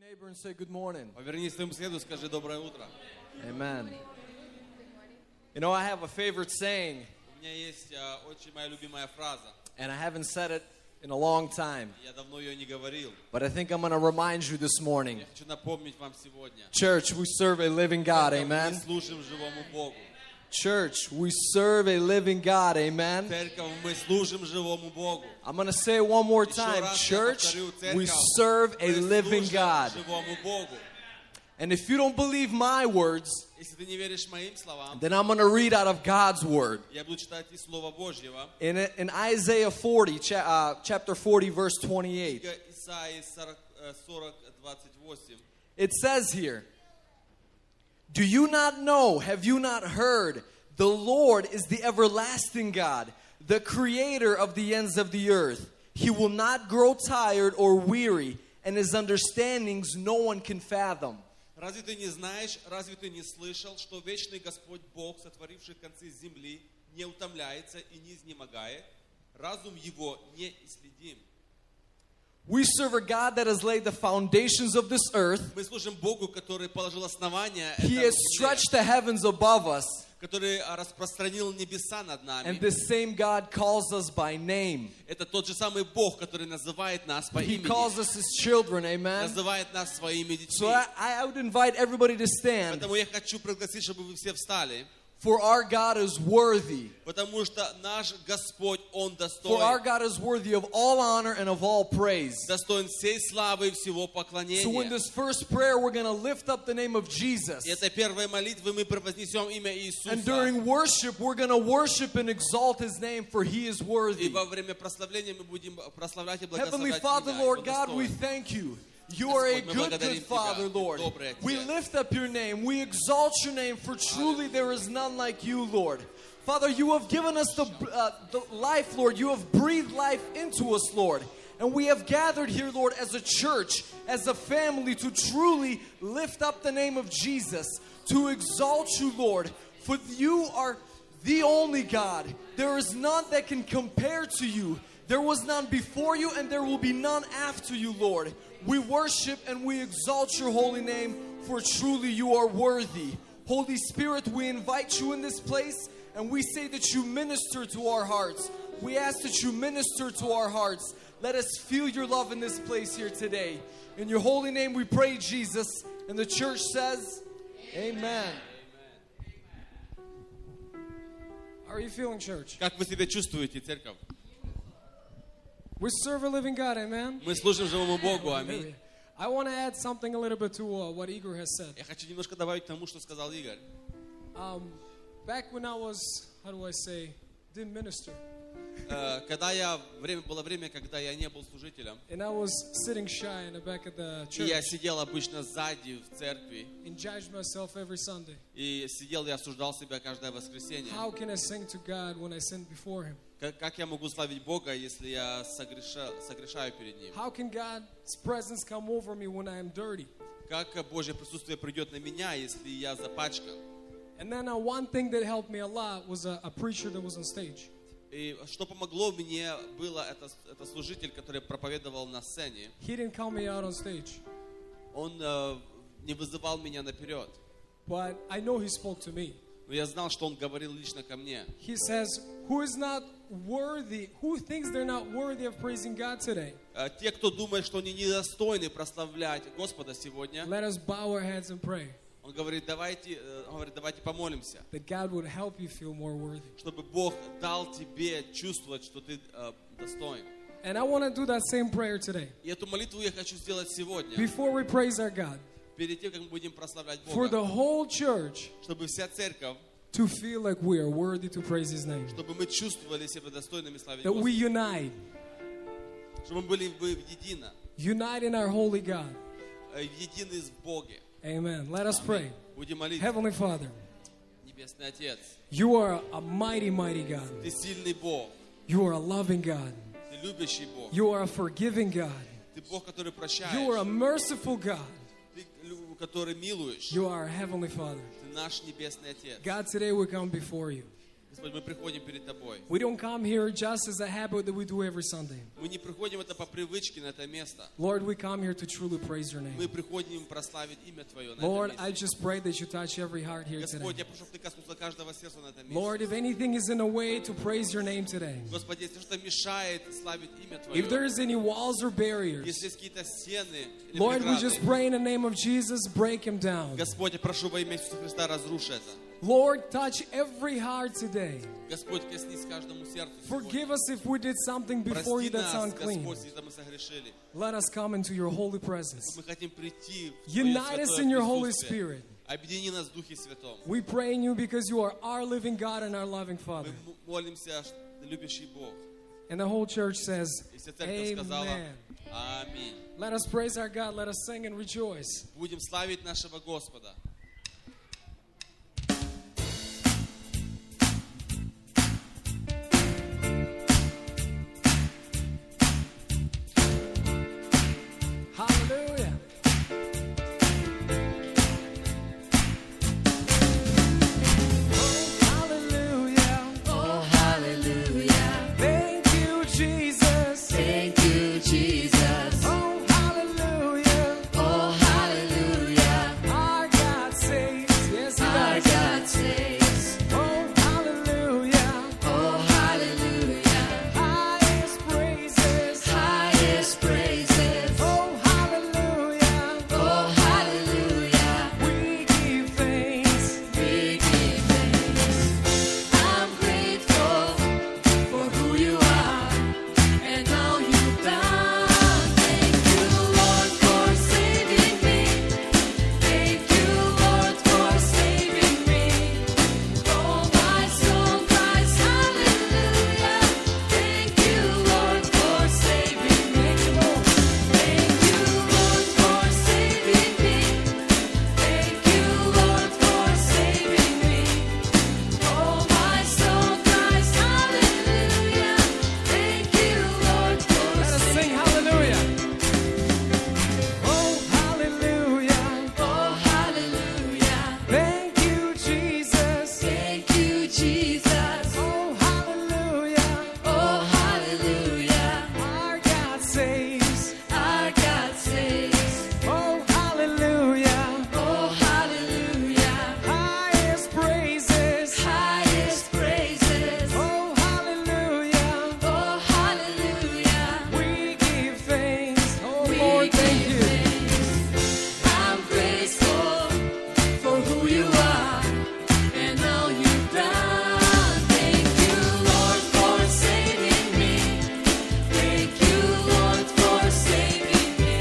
neighbor and say good morning. Повернись к своему соседу и скажи «Доброе утро». Amen. You know, I have a favorite saying, У меня есть э, очень моя любимая фраза. and I haven't said it in a long time, Я давно ее не говорил. but I think I'm going to remind you this morning. Я хочу напомнить вам сегодня. Church, we serve a living God, Мы amen. служим живому Богу. Church, we serve a living God, amen. Церковь, мы служим живому Богу. I'm going to say it one more Еще time. раз я Church, повторю, we церковь, serve a мы living служим God. живому Богу. And if you don't believe my words, Если ты не веришь моим словам, then I'm going to read out of God's word. я буду читать из Слова Божьего. In, in Isaiah 40, cha- uh, chapter 40, verse 28, Книга Исаии 40, э, 40, 28. it says here, Do you not know, have you not heard? The Lord is the everlasting God, the creator of the ends of the earth. He will not grow tired or weary, and his understandings no one can fathom. Разве ты не знаешь, разве ты не слышал, что вечный Господь Бог, сотворивший концы земли, не утомляется и не изнемогает? Разум его не исследим. We serve a God that has laid the foundations of this earth. Мы служим Богу, который положил основание He этому has миру, stretched the heavens above us, который а, распространил небеса над нами. and this same God calls us by name. Это тот же самый Бог, который называет нас по He имени, calls us his children, amen. называет нас своими детьми. So I, I would invite everybody to stand, Поэтому я хочу пригласить, чтобы вы все встали, for our God is worthy. потому что наш Господь, Он For our достоин, God is worthy of all honor and of all praise. достоин всей славы и всего поклонения. So in this first prayer, we're going to lift up the name of Jesus. И этой первой молитвы мы превознесем имя Иисуса. And during worship, we're going to worship and exalt his name, for he is И worthy. во время прославления мы будем прославлять и Heavenly благословлять Father, Тебя, Lord Его God, we достоин. thank you. You are a good, good Father, Lord. We lift up your name. We exalt your name, for truly there is none like you, Lord. Father, you have given us the, uh, the life, Lord. You have breathed life into us, Lord. And we have gathered here, Lord, as a church, as a family, to truly lift up the name of Jesus, to exalt you, Lord. For you are the only God. There is none that can compare to you. There was none before you, and there will be none after you, Lord. We worship and we exalt your holy name, for truly you are worthy. Holy Spirit, we invite you in this place, and we say that you minister to our hearts. We ask that you minister to our hearts. Let us feel your love in this place here today. In your holy name we pray, Jesus. And the church says, Amen. How are you feeling, church? Как вы себя чувствуете, церковь? We serve a living God, amen. Мы служим живому Богу, аминь. I want to add something a little bit to uh, what Igor has said. Я хочу немножко добавить к тому, что сказал Игорь. Um, back when I was, how do I say, the minister, Э, Когда я, время, было время, когда я не был служителем, and I was sitting shy in the back of the и church я sидел обычно сзади в церкви, and judged myself every Sunday. и сидел и осуждал себя каждое воскресенье. How can I sing to God when I sin before Him? Как, как я могу славить Бога, если я согреша- согрешаю перед Ним? How can God's presence come over me when I am dirty? Как э, Божье присутствие придет на меня, если я запачкан? And then uh, one thing that helped me a lot was a, a preacher that was on stage. И что помогло мне было это, это служитель, который проповедовал на сцене. He didn't call me out on stage, Он э, не вызывал меня наперед, but I know he spoke to me. но я знал, что он говорил лично ко мне. He says, Who is not worthy, who thinks they're not worthy of praising God today? Э, те, кто думает, что они недостойны прославлять Господа сегодня, Let us bow our heads and pray он говорит, давайте, э, он говорит, давайте помолимся, that God would help you feel more worthy. чтобы Бог дал тебе чувствовать, что ты э, достоин. And I want to do that same prayer today. И эту молитву я хочу сделать сегодня, Before we praise our God, перед тем, как мы будем прославлять for Бога, the whole church чтобы вся церковь, to feel like we are worthy to praise His name. чтобы мы чувствовали себя достойными славить That we Господа, unite, чтобы мы были бы едино. unite in our holy God. э, едины в Боге. Amen. Let us pray. Будем молиться. Heavenly Father, Небесный Отец, you are a mighty, mighty God. Ты сильный Бог, You are a loving God. Ты любящий Бог, You are a forgiving God. Ты Бог, который прощаешь, You are a merciful God. Ты, лю- который милуешь, You are our Heavenly Father. Ты наш Небесный Отец. God, today we come before you. Господь, мы приходим перед Тобой. We don't come here just as a habit that we do every Sunday. Мы не приходим это по привычке на это место. Lord, we come here to truly praise your name. Мы приходим прославить имя Твое на Lord, этом I месте. just pray that you touch every heart here Господь, today. я прошу, чтобы Ты коснулся каждого сердца на этом месте. Lord, if anything is in a way to praise your name today, Господи, если что мешает славить имя if Твое, there is any walls or barriers, если есть какие-то стены или Lord, we преграды, just pray in the name of Jesus, break them down. Господь, я прошу во имя Иисуса Христа, разруши это. Lord, touch every heart today. Господь, коснись каждому сердцу. сегодня. Forgive us if we did something before you Прости that's нас, unclean. Господь, если мы согрешили. Let us come into your holy presence. Мы хотим прийти в Твое Unite us in your святое Holy присутствие. Spirit. Объедини нас в Духе Святом. We pray in you because you are our living God and our loving Мы Father. м- молимся, что любящий Бог. And the whole church says, И вся церковь сказала Amen. Аминь. Let us praise our God. Let us sing and rejoice. Будем славить нашего Господа. Hallelujah. Oh, hallelujah. Oh, Oh, hallelujah. Thank you, Jesus. Thank you, Jesus. Oh, hallelujah. Oh, hallelujah. Our God saves. Yes, He Our does. God saves. Oh, hallelujah. Oh, hallelujah. Highest praises. Highest praises. Oh, hallelujah. Oh, hallelujah. We give thanks. We give thanks. I'm grateful for who you are and all you've done. Thank you, Lord, for saving me. Thank you, Lord, for saving me. Oh, my soul cries hallelujah. Thank you, Lord, for saving me. Thank you, Lord, for saving me. Thank you, Lord, for saving me. Oh, my soul cries hallelujah. Thank you, Lord, for Let us saving sing hallelujah. Oh, hallelujah. Oh, hallelujah. Thank you, Jesus. Thank you, Jesus. Oh, hallelujah. Oh, hallelujah. Our God saves. Our God saves. Oh, hallelujah. Oh, hallelujah. Highest praises. Highest praises. Oh, hallelujah. Oh, hallelujah. We give thanks. Oh, We Lord, thank give you. thanks. I'm grateful for who you are and all you've done. Thank you, Lord, for saving me. Thank you, Lord, for saving me.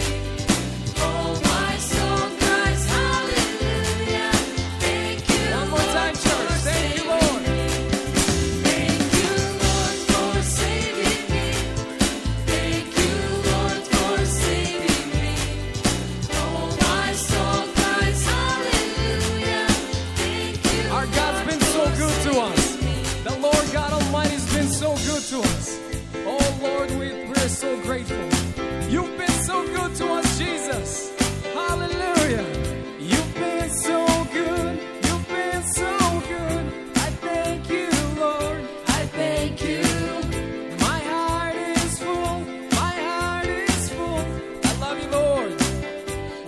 Oh, my soul cries hallelujah. Thank you, One more Lord, time, church. for Thank you, saving Lord. Thank you, Lord, for saving me. Thank you, Lord, for saving me. Oh, my soul cries hallelujah. Thank you. Our God's been so good to us. The Lord God Almighty's been so good to us. Oh Lord, we, we're so grateful. You've been so good to us, Jesus. Hallelujah. You've been so good. You've been so good. I thank you, Lord. I thank you. My heart is full. My heart is full. I love you, Lord.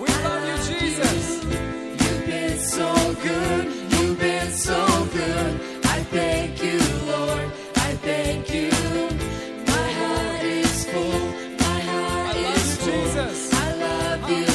We love you, Jesus. You've been so good. You've been so good. I thank you, Lord. I thank you. My heart is full. My heart I love is you, full. Jesus. I love you,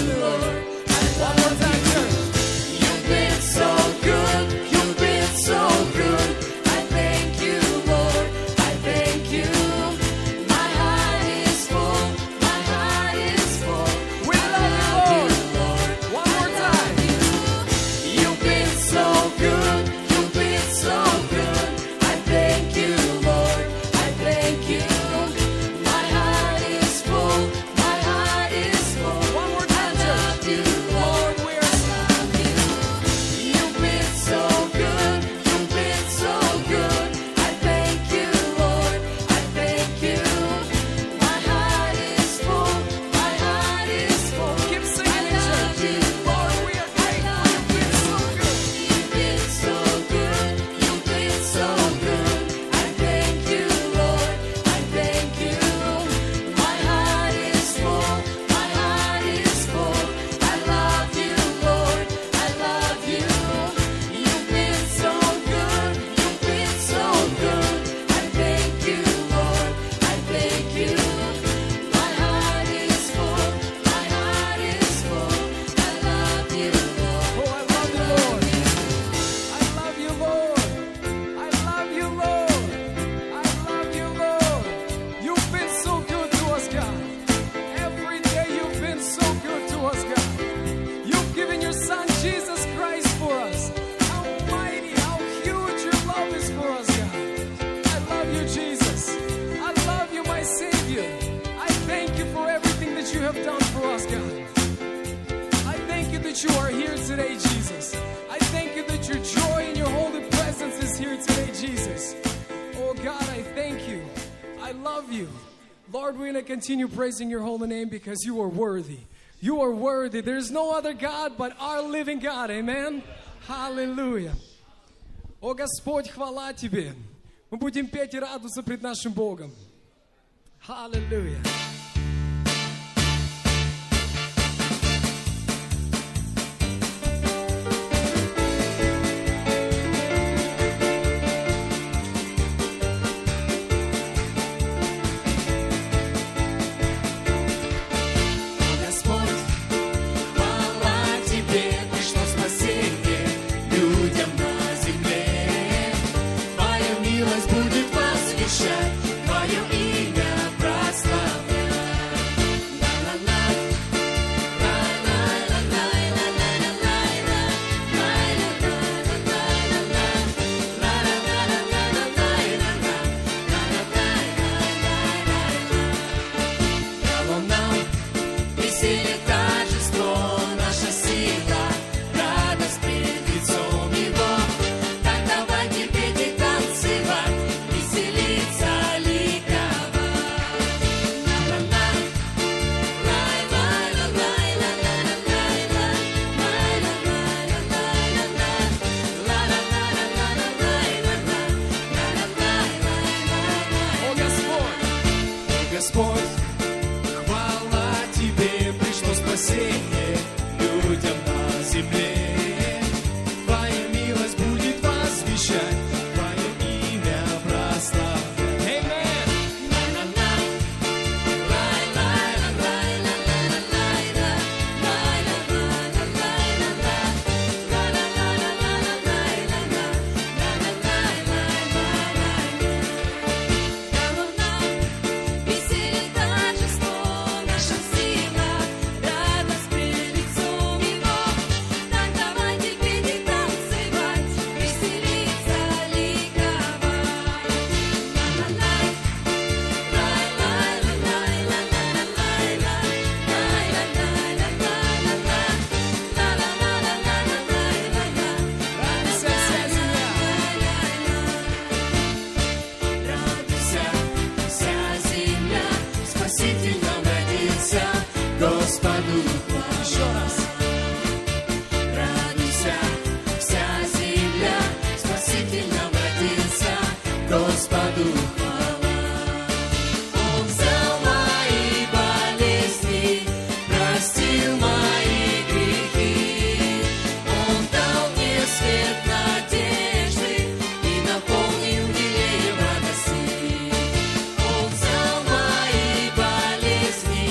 that you are here today, Jesus. I thank you that your joy and your holy presence is here today, Jesus. Oh God, I thank you. I love you. Lord, we're going to continue praising your holy name because you are worthy. You are worthy. There's no other God but our living God. Amen. Hallelujah. О Господь, хвала Тебе. Мы будем петь и радоваться пред нашим Богом. Hallelujah. Господь, хвала Тебе, пришло спасение людям на земле. Твою милость будет возвещать, Твое имя прославлять. Ла-ла-ла, ла-ла-ла-лай, ла-ла-ла-лай-ла, лай-ла-ла-ла-лай-ла-ла, ла-ла-ла-ла-лай-ла-ла, ла-ла-лай-лай-лай-лай. Дало нам Веселье, торжество, наша сила, радость пред лицом Его. Так давайте петь и танцевать, веселиться, ликовать. Ла-ла-ла, лай-лай-ла-лай-ла-ла-ла-лай-ла, лай-ла-ла-ла-лай-ла-ла, ла-ла-ла-ла-лай-ла-ла, ла-ла-лай-лай-лай-лай. О Господь, Господь, хвала Тебе, пришло спасение людям на земле. Твоя милость будет возвещать, Твое имя прославлять. Amen. Bye. Радуйся, вся земля. Радуйся, вся земля, Спаситель нам родился, Господу Еще хвала. раз. Радуйся, вся земля, Спаситель нам родился, Господу хвала. Он взял мои болезни, простил мои грехи. Он дал мне свет надежды и наполнил елеем радости. Он взял мои болезни,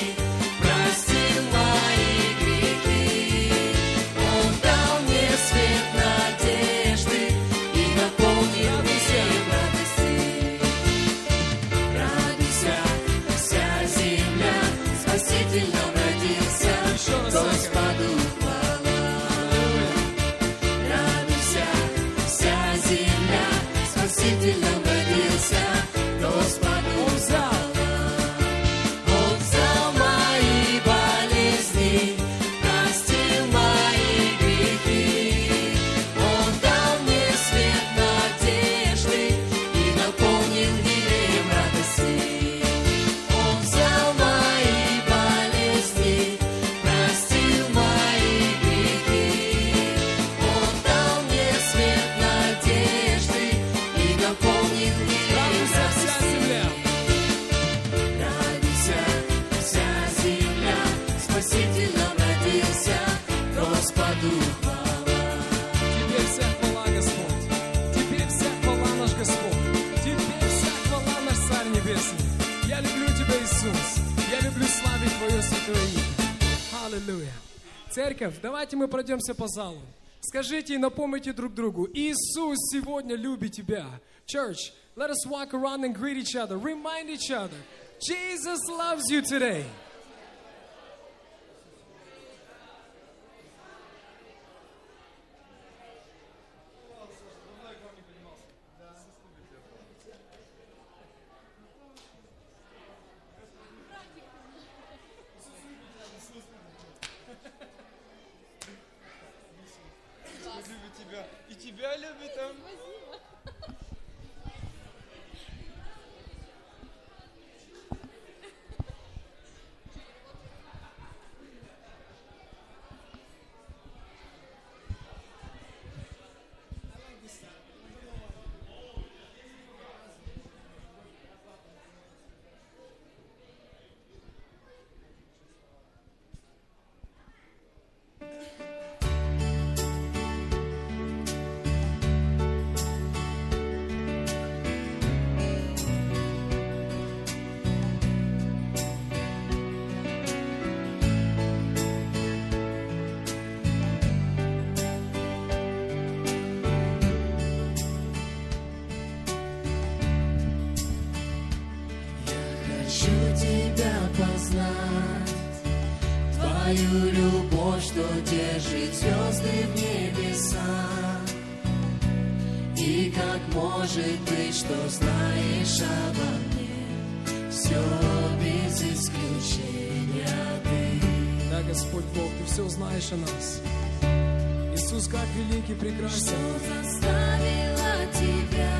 простил мои грехи. Он дал мне свет надежды и наполнил елеем радости. Радуйся, вся земля, Спаситель нам родился, Еще раз, Господу хвала. Радуйся, вся земля, Спаситель нам родился, Господу Он взял. Он взял мои болезни, простил мои грехи. Он дал мне свет надежды и наполнил елеем радости. Он взял мои болезни, простил мои грехи. Он дал мне свет надежды и наполнил елеем Радуйся, вся радости. земля. Радуйся, вся земля, Спаситель нам родился, Господу хвала. Теперь вся хвала, Господь. Теперь вся хвала наш Господь. Теперь вся хвала наш Царь Небесный. Я люблю Тебя, Иисус. Я люблю славить Твое святое имя. Аллилуйя. Церковь, давайте мы пройдемся по залу. Скажите и напомните друг другу, Иисус сегодня любит тебя. Church, let us walk around and greet each other. Remind each other, Jesus loves you today. Да. Хочу тебя познать, Твою любовь, что держит звезды в небесах. И как может быть, что знаешь обо мне, все без исключения ты. Да, Господь Бог, Ты все знаешь о нас. Иисус, как великий, прекрасен, Что заставило тебя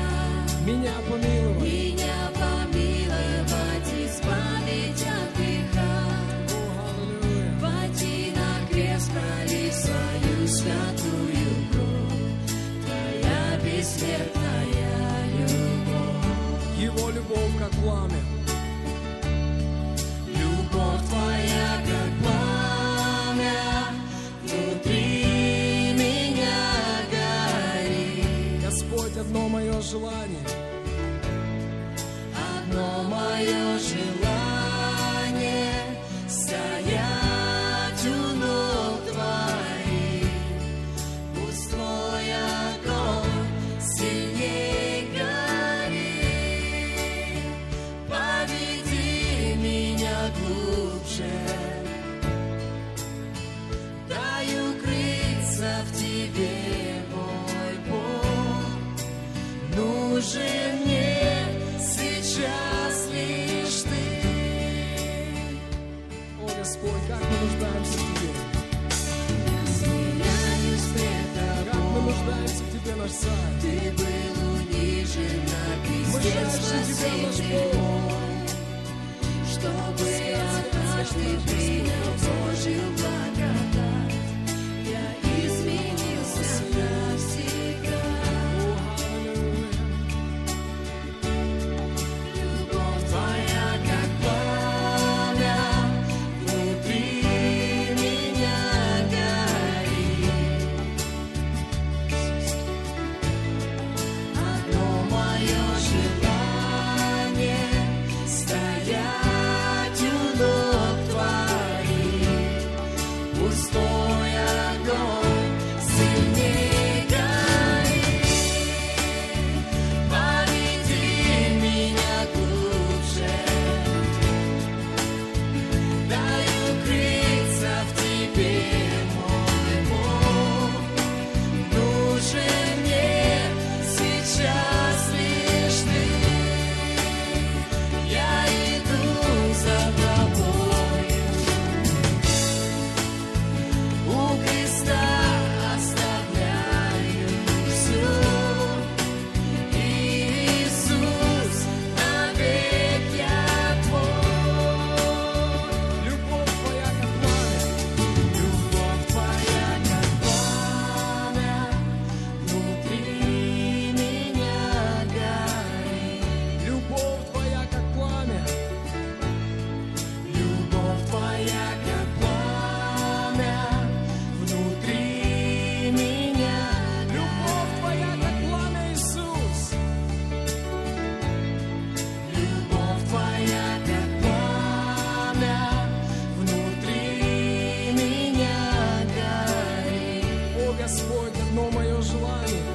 меня помиловать. меня помиловать, избавить от греха? О, аллилуйя. Пойти на крест, пролив свою святую кровь, Твоя бессмертная любовь. Его любовь, как пламя, Любовь Твоя, как пламя, внутри меня горит. Господь, одно мое желание, Одно мое желание — стоять у ног Твоих. Пусть Твой огонь сильней горит. Поведи меня глубже. Дай укрыться в Тебе, мой Бог. Нужен мне сейчас лишь ты. о Господь, как мы нуждаемся в Тебе, Смеяюсь пред как мы тобой. нуждаемся в Тебе, наш царь. Ты был унижен на кресте, Мы жаждем тебя, наш спаситель мой. Чтобы однажды ты обожил благодать, я изменился навсегда. Любовь твоя, как пламя, внутри меня горит. Одно мое желание — стоять у ног твоих. Пустой огонь сильней горит. Поведи меня глубже, дай укрыться в тебе, мой Бог. Нужен мне сейчас лишь ты. Я иду за тобою, у креста оставляю все. Иисус, навек я Твой. Любовь Твоя, как пламя, Любовь Твоя, как пламя, внутри меня горит. любовь Твоя, как пламя, Любовь Твоя, как пламя, внутри меня любовь Твоя, как пламя, Иисус. Любовь твоя, как пламя, внутри меня горит. О, Господь, одно мое желание,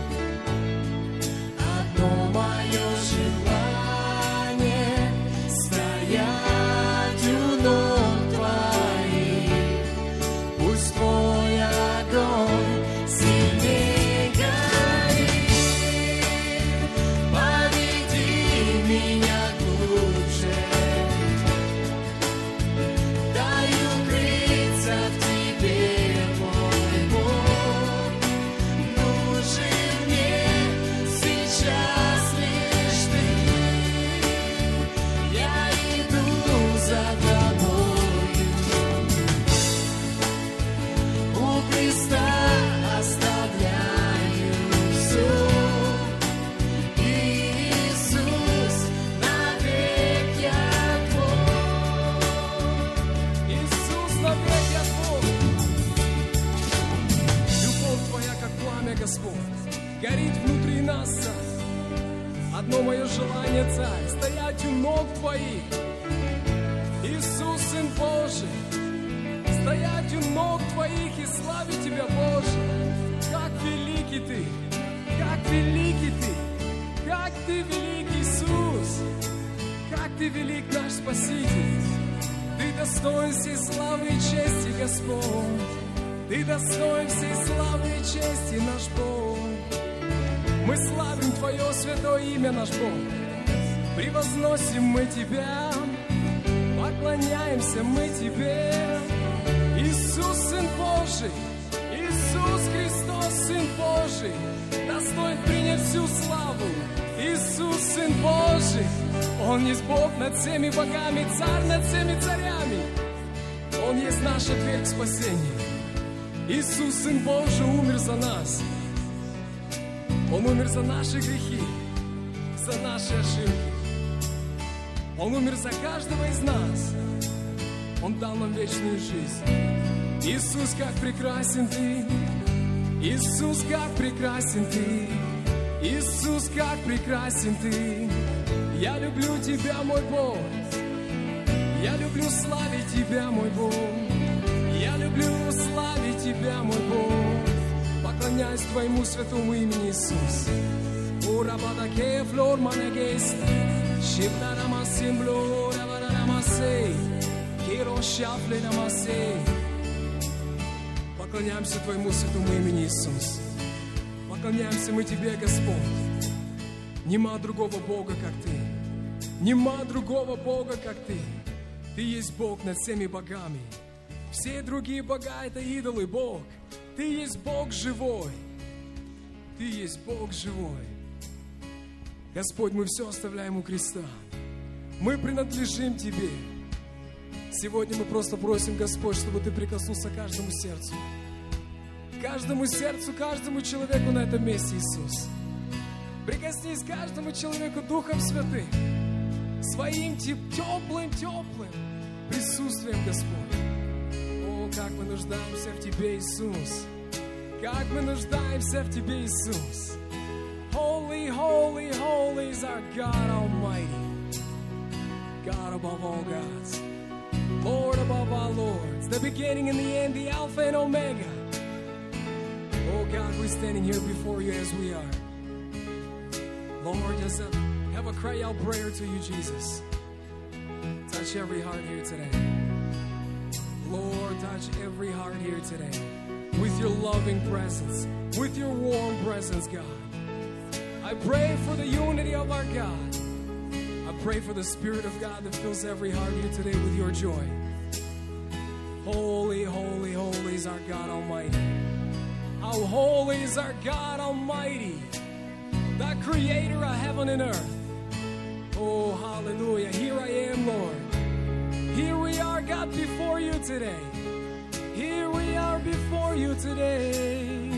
Одно мое желание — стоять у ног твоих. Пусть твой огонь сильней горит. Поведи меня глубже. Дай укрыться в тебе, мой Бог. Нужен мне сейчас лишь ты. Я иду за тобою. У креста оставляю все. Иисус, навек я твой. Иисус, навек я Твой. Любовь Твоя, как пламя, Господь, горит внутри нас, Царь. Одно мое желание, Царь, стоять у ног Твоих. Иисус, Сын Божий, стоять у ног Твоих и славить Тебя, Боже. Как великий Ты, как великий Ты, как Ты великий Иисус, как Ты Ты велик наш Спаситель, Ты достоин всей славы и чести, Господь. Ты достоин всей славы и чести, наш Бог. Мы славим Твое святое имя, наш Бог. Превозносим мы Тебя, поклоняемся мы Тебе. Иисус, Сын Божий, Иисус Христос, Сын Божий, достоин принять всю славу. Иисус, Сын Божий, Он есть Бог над всеми богами, Царь над всеми царями. Он есть наша дверь к спасению. Иисус, Сын Божий, умер за нас. Он умер за наши грехи, за наши ошибки. Он умер за каждого из нас. Он дал нам вечную жизнь. Иисус, как прекрасен Ты! Иисус, как прекрасен Ты! Иисус, как прекрасен Ты! Я люблю Тебя, мой Бог! Я люблю славить Тебя, мой Бог! Я люблю славить Тебя, мой Бог! Поклоняюсь Твоему святому имени Иисус. Ora bada que flor manegues, shibna namasim blor, abana namase, kiro shafle namase. Поклоняемся Твоему святому имени, Иисус. Поклоняемся мы Тебе, Господь. Нема другого Бога, как Ты. Нема другого Бога, как Ты. Ты есть Бог над всеми богами. Все другие бога — это идолы, Бог. Ты есть Бог живой. Ты есть Бог живой. Господь, мы все оставляем у креста. Мы принадлежим Тебе. Сегодня мы просто просим, Господь, чтобы Ты прикоснулся к каждому сердцу. К Каждому сердцу, каждому человеку на этом месте, Иисус. Прикоснись к каждому человеку Духом Святым. Своим теп- теплым, теплым присутствием, Господь. О, как мы нуждаемся в Тебе, Иисус. Как мы нуждаемся в Тебе, Иисус. Holy, holy, holy is our God Almighty. God above all gods. Lord above all lords. The beginning and the end, the Alpha and Omega. Oh God, we're standing here before you as we are. Lord, just uh, have a cry out prayer to you, Jesus. Touch every heart here today. Lord, touch every heart here today with your loving presence, with your warm presence, God. I pray for the unity of our God. I pray for the Spirit of God that fills every heart here today with your joy. Holy, holy, holy is our God Almighty. How holy is our God Almighty, the Creator of heaven and earth. Oh, hallelujah. Here I am, Lord. Here we are, God, before you today. Here we are before you today.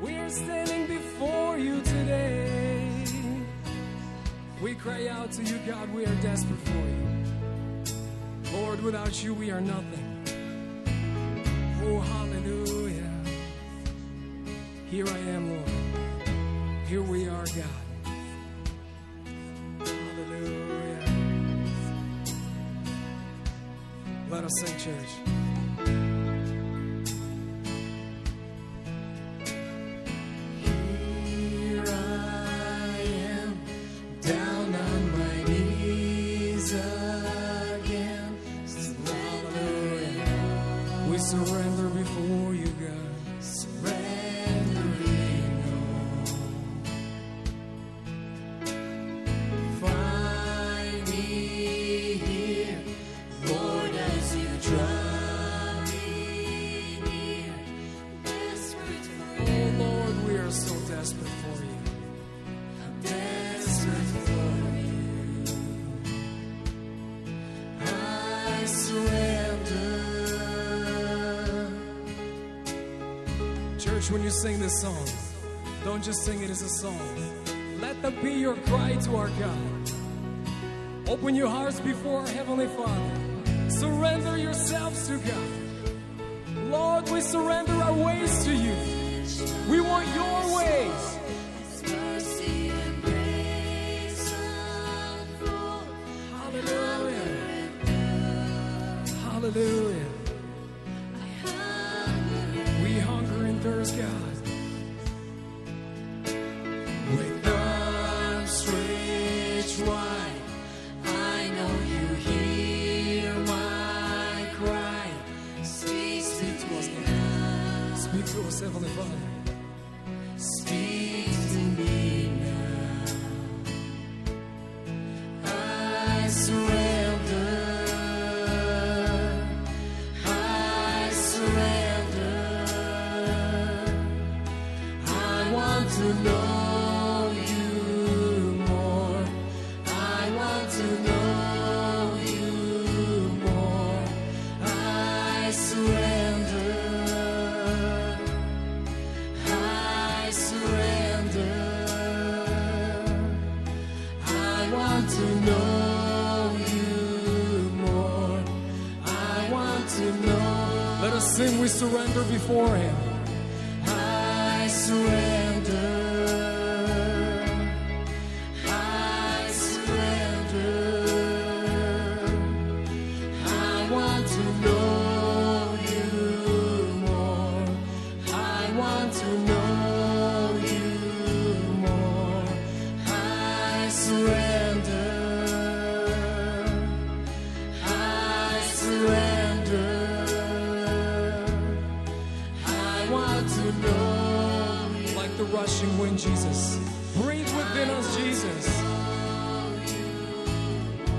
We're standing before you today. We cry out to you, God, we are desperate for you. Lord, without you, we are nothing. Oh, hallelujah. Here I am, Lord. Here we are, God. Hallelujah. Let us sing, church. Here I am, down on my knees again. Hallelujah. We surrender before you, God. Surrendering all. Find me here, Lord, as you draw me near. Desperate for you. Oh Lord, we are so desperate for you. Desperate for you. I surrender. Church, when you sing this song, don't just sing it as a song. Let that be your cry to our God. Open your hearts before our Heavenly Father. Surrender yourselves to God. Lord, we surrender our ways to you. We want your ways. His mercy and grace unfold. Hallelujah. Hallelujah. I hunger and We hunger and thirst, God. With arms stretched wide, I surrender. I surrender. I want to know you more. I want to know you more. I surrender. I surrender. I want to know you more. I want to know. Let us sing, we surrender before Him. I surrender. I surrender. I want to know you more. I want to know you more. I surrender. I surrender. I want to know you. Like the rushing wind, Jesus. Breathe within us, Jesus.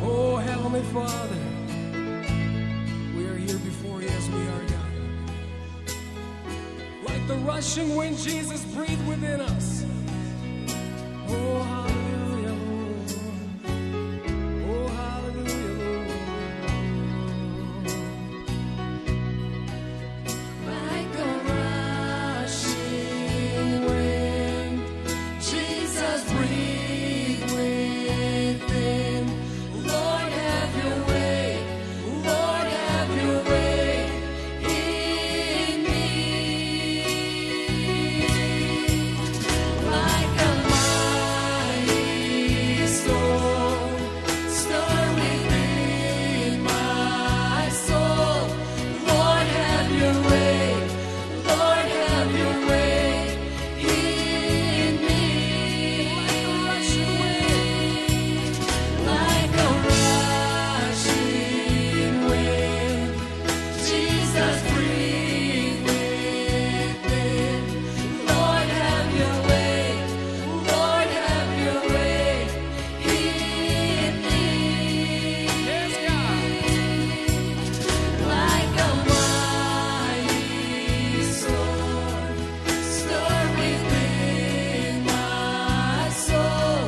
Oh, Heavenly Father, we are here before you as we are, God. Like the rushing wind, Jesus, breathe within us. Oh, hallelujah, Lord. Oh, hallelujah, Lord. Like a rushing wind, Jesus breathe within. Lord, have Your way. Lord, have Your way in me. Like a mighty storm, stir within my soul. Lord, have Your way. Lord, have Your way in me. Like a rushing wind, Jesus breathe within. Lord, have Your way. Lord, have Your way in me. Yes, God. Like a mighty storm, stir within my soul.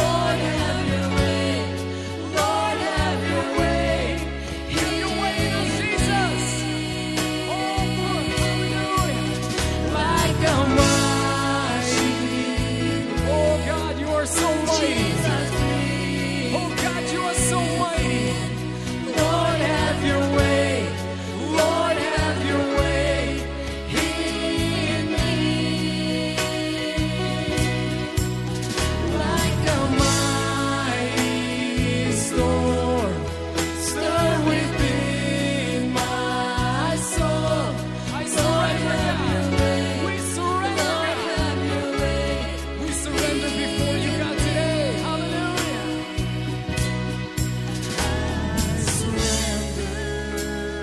Lord, have Your way. Lord, have Your way. Have Your way, Jesus. Like a mighty Oh God, you are so mighty. Jesus breathe. Oh God, you are so mighty. Lord, have your way. Lord, have your way in me. Like a mighty storm, stir within my soul. I Lord, surrender, have God. your way. We surrender, Lord, God. have your way. We surrender before you, God, today. Hallelujah.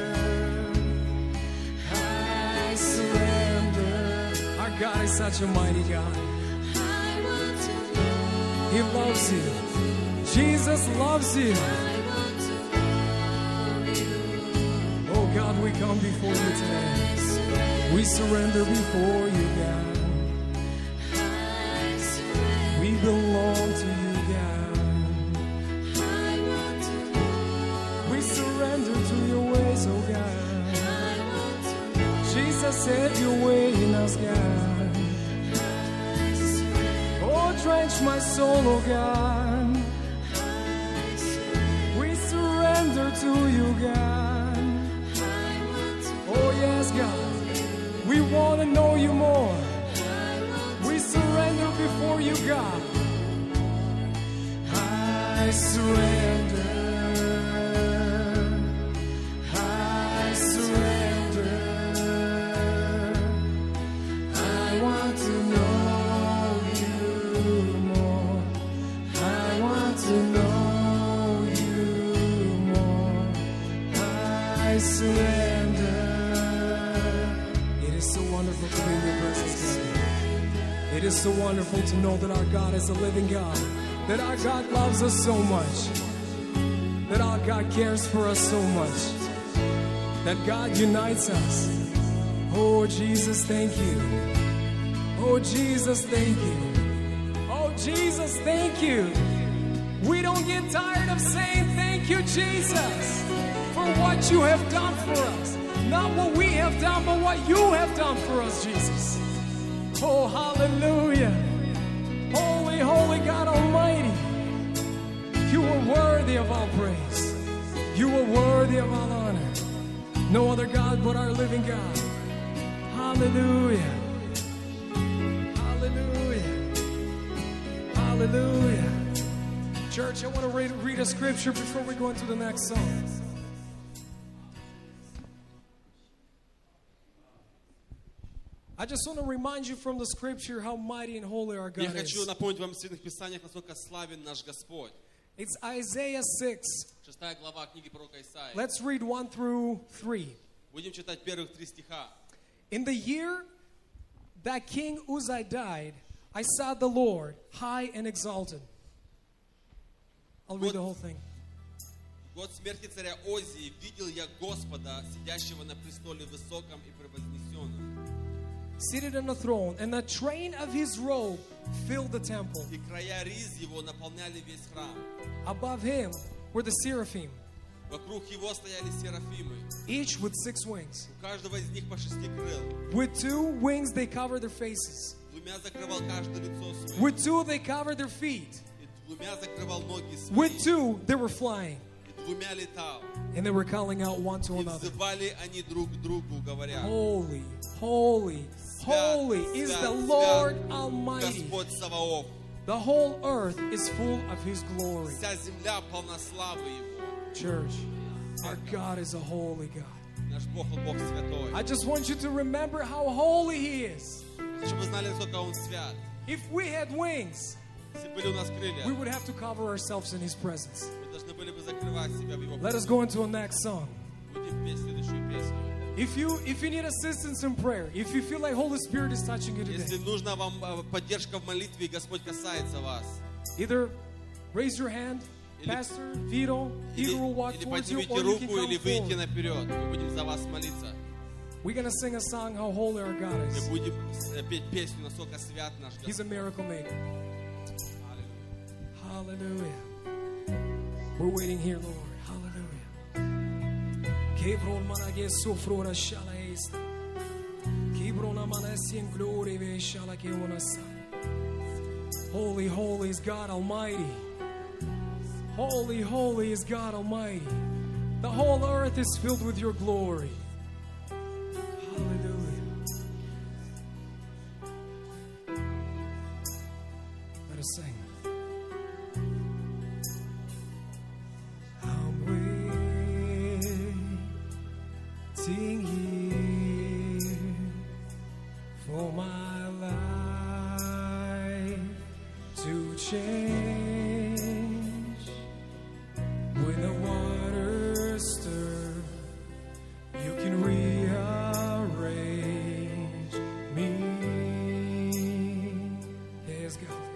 Surrender. I surrender. Our God is such a mighty God. I want to know. He loves you. Jesus loves you. I want to know you. Oh God, we come before you today. I surrender. We surrender before you, God. I surrender. We belong to you, God. I want to know. We surrender to your ways, oh God. I want to know. Jesus said your way in us, God. I surrender. Oh, drench my soul, oh God. I surrender. We surrender to you, God. I want to know. Oh, yes, God. We want to know you more. We surrender before you, God. I surrender. I surrender. I want to know you more. I want to know you more. I surrender. It is so wonderful to be in your presence, God. It is so wonderful to know that our God is a living God, that our God loves us so much. that God cares for us so much, that God unites us. Oh, Jesus, thank you. Oh, Jesus, thank you. Oh, Jesus, thank you. We don't get tired of saying thank you, Jesus, for what you have done for us. Not what we have done, but what you have done for us, Jesus. Oh, hallelujah. Holy, holy God Almighty. You are worthy of all praise. You are worthy of all honor. No other God but our living God. Hallelujah. Hallelujah. Hallelujah. Church, I want to read, read a scripture before we go into the next song. I just want to remind you from the scripture how mighty and holy our Я God хочу is. напомнить вам в Святых Писаниях, насколько славен наш Господь. It's Isaiah 6. Шестая глава книги пророка Исаии. Let's read 1 through 3. Будем читать первых три стиха. In the year that King Uzziah died, I saw the Lord high and exalted. I'll What- read the whole thing. Год смерти царя Озии видел я Господа, сидящего на престоле высоком и превознесенном, Seated on a throne, and the train of his robe filled the temple. и края риз его наполняли весь храм. Above him were the seraphim, Вокруг его стояли серафимы, each with six wings. у каждого из них по шести крыл. With two wings they covered their faces, Двумя закрывал каждое лицо свое, with two they covered their feet, и двумя закрывал ноги свои, with two they were flying, и двумя летал. and they were calling out one to И another. взывали они друг к другу, говоря, Holy, holy, Свят, holy is свят, the свят Lord Almighty. Господь Саваоф, The whole earth is full of His glory. вся земля полна славы Его. Church, our God is a holy God. Наш Бог, Он Бог святой. I just want you to remember how holy He is. Чтобы мы знали, насколько Он свят. If we had wings, Если были у нас крылья, we would have to cover ourselves in His presence. мы должны были бы закрывать себя в Его Let us go into a next song. Будем петь следующую песню. If you if you need assistance in prayer, if you feel like Holy Spirit is touching you Если today, нужна вам э, поддержка в молитве, и Господь касается вас. either raise your hand, Или- Pastor Vito, Или, Peter will walk или towards you, поднимите or you can руку, или выйти come forward. наперед. Мы будем за вас молиться. We're gonna sing a song how holy our God Мы is. будем э, петь песню, насколько свят наш He's a Господь. miracle maker. Аллилуйя. Hallelujah. We're waiting here, Lord. Hallelujah. Kebron manage sofrora shala est. Kebron amanesi in glory ve shala ke onasa. Holy, holy is God Almighty. Holy, holy is God Almighty. The whole earth is filled with your glory. Hallelujah. Let us sing. I'm waiting here for my life to change. When the waters stir, you can rearrange me. Yes, God.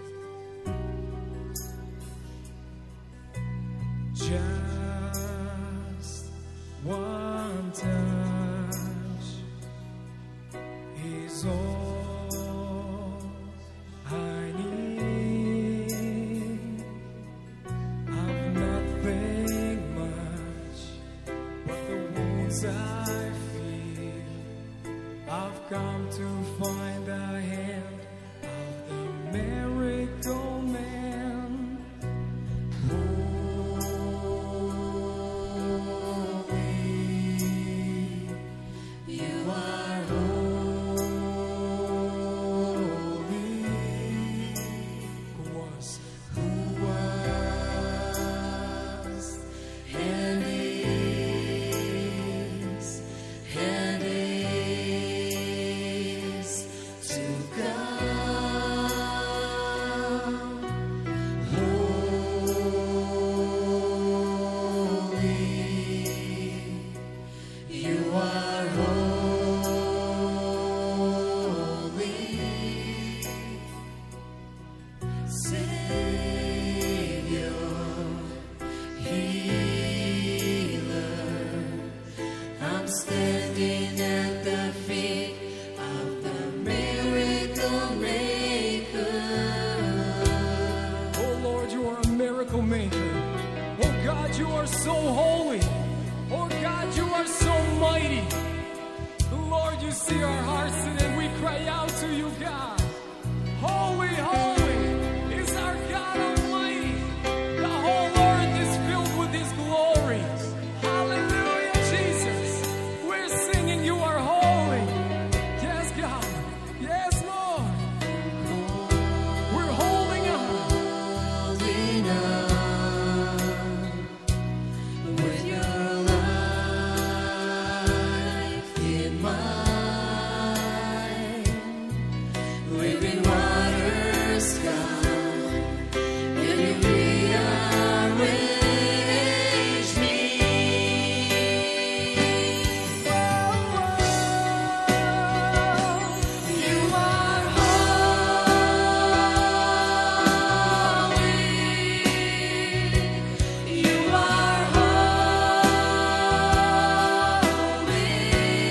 Just one touch is all I need. I'm nothing much, but the wounds I feel. I've come to find a hand of the miracle man. You are Who was and is and is to God. standing at the feet of the miracle maker. Oh Lord, you are a miracle maker. Oh God, you are so holy. Oh God, you are so mighty. Lord, you see our hearts and we cry out to you, God. Holy, holy is our God Almighty. The whole earth is filled with His glory. Hallelujah, Jesus. We're singing, You are holy. Yes, God. Yes, Lord. We're holding on. Holding on with your life in mind. Living waters come and you rearrange me. You are holy. You are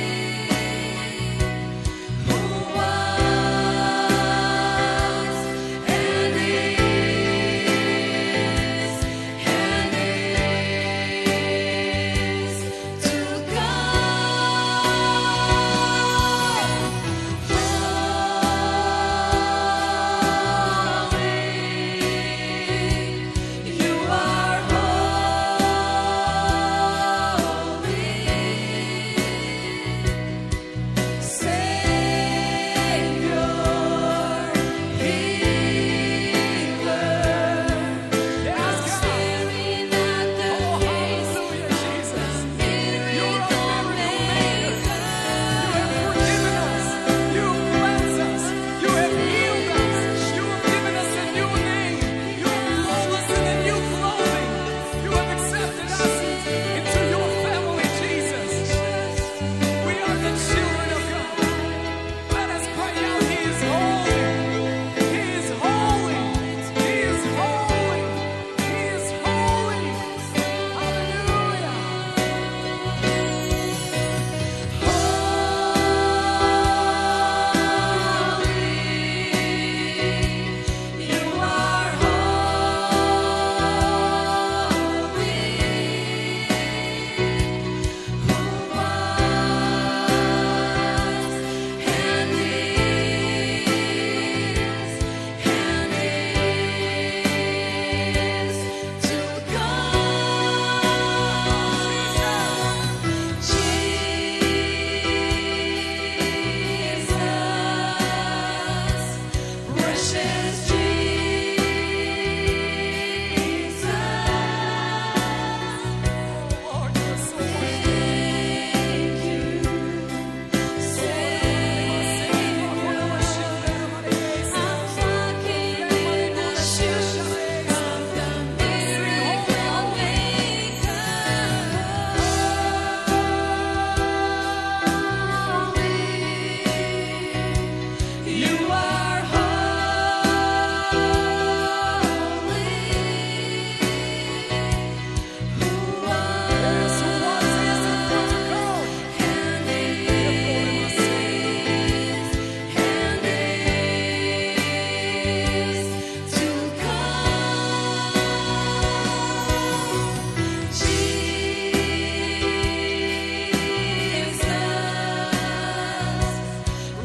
holy. Who was and is and is to come. Holy, you are holy, Savior, Healer. I'm Yes, God. staring at Oh, the face hallelujah, Jesus. of miracle maker. You have forgiven us. You have cleansed us. You have healed us. You have given us a new name. You have clothed us in a new clothing. You have accepted us into your family, Jesus. We are the children of God. Let us cry out, He is holy. He is holy. He is holy. He is holy. Hallelujah. Holy, you are holy. Who was and is and is to come. Jesus, precious Jesus, Lord, you are so wonderful. thank you, Savior. I'm walking in the shoes of the miracle maker. You are holy. Who was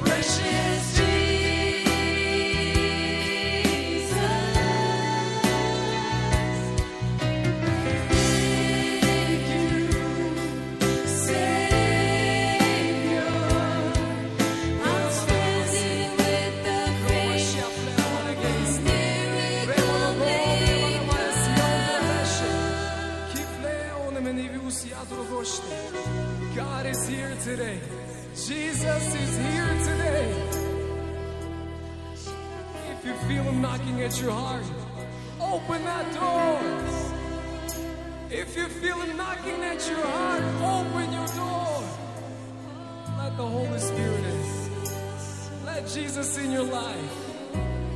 Precious Jesus, God is here today. Jesus is here today. If you feel Him knocking at your heart, open that door. If you feel Him knocking at your heart, open your door. Let the Holy Spirit in. Let Jesus in your life.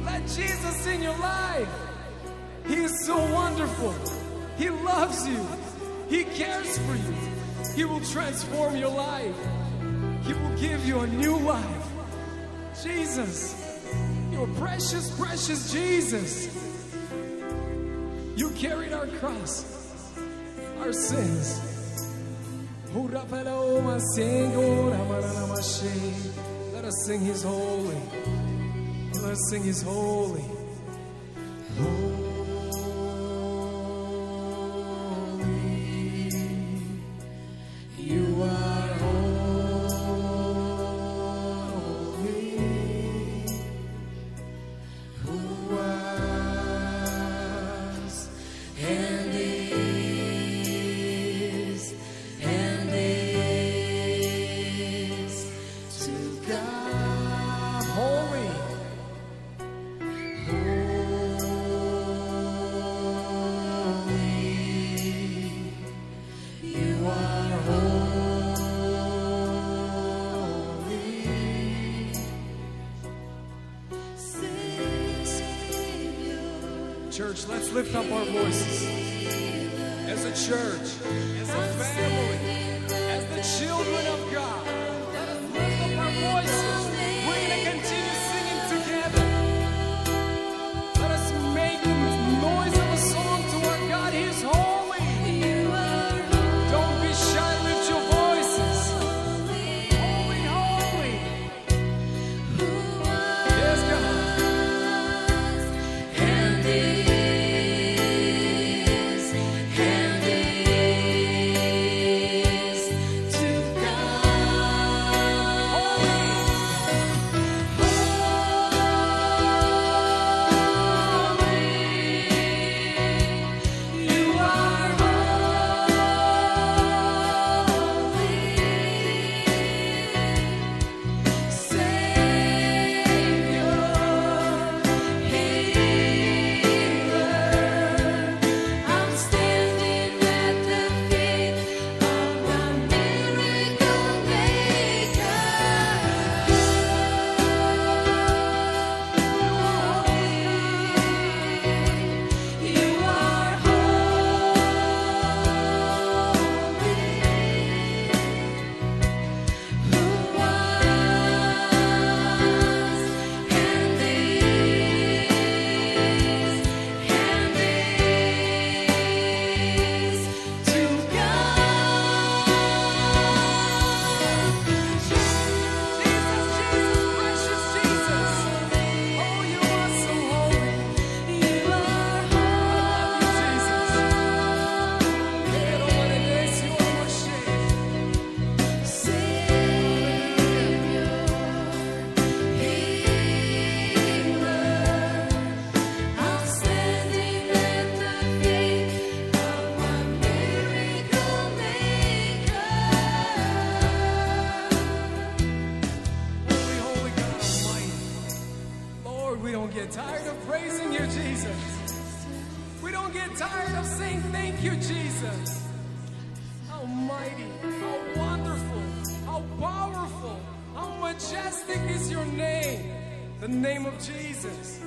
Let Jesus in your life. He is so wonderful. He loves you. He cares for you. He will transform your life. He will give you a new life. Jesus, your precious, precious Jesus. You carried our cross, our sins. Let us sing His holy. Let us sing His holy. You are holy. Who was and is and is to God holy. You are holy. Church, let's lift up our voices as a church, as a family, as the children of God. Let us lift up our voices. We're going to continue singing together. Let us make the noise of a song to our God. He is holy. You are Don't be shy, lift your voices. holy. Holy, holy. Who was Yes, God. and is and is to God. You are holy, Savior, Healer. I'm standing at the feet of the miracle maker. You are holy. Who was and is and is to God? Jesus, Jesus, precious Jesus. You are holy, Savior, Healer. I'm standing at the feet of a miracle maker. Oh, you are so holy. Pero mereces your worship. Holy, holy God Almighty. Lord, we don't get tired of praising you, Jesus. We don't get tired of saying thank you, Jesus. How mighty, how wonderful, how powerful, how majestic is your name. The name of Jesus.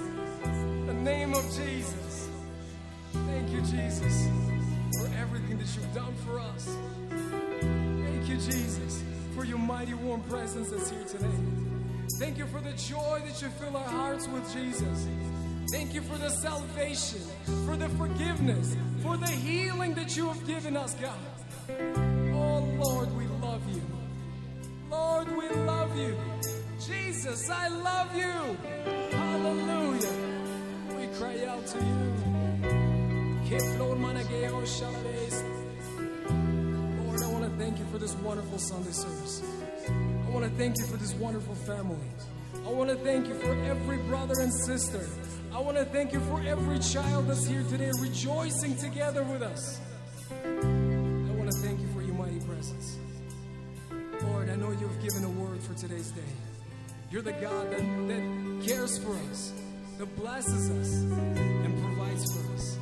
The name of Jesus. Thank you, Jesus, for everything that you've done for us. Thank you, Jesus, for your mighty warm presence that's here today. Thank you for the joy that you fill our hearts with, Jesus. Thank you for the salvation, for the forgiveness, for the healing that you have given us, God. Oh, Lord, we love you. Lord, we love you. Jesus, I love you. Hallelujah. We cry out to you. Que flor manageo shalabes. Lord, I want to thank you for this wonderful Sunday service. I want to thank you for this wonderful family. I want to thank you for every brother and sister. I want to thank you for every child that's here today rejoicing together with us. I want to thank you for your mighty presence. Lord, I know you've given a word for today's day. You're the God that, that cares for us, that blesses us, and provides for us.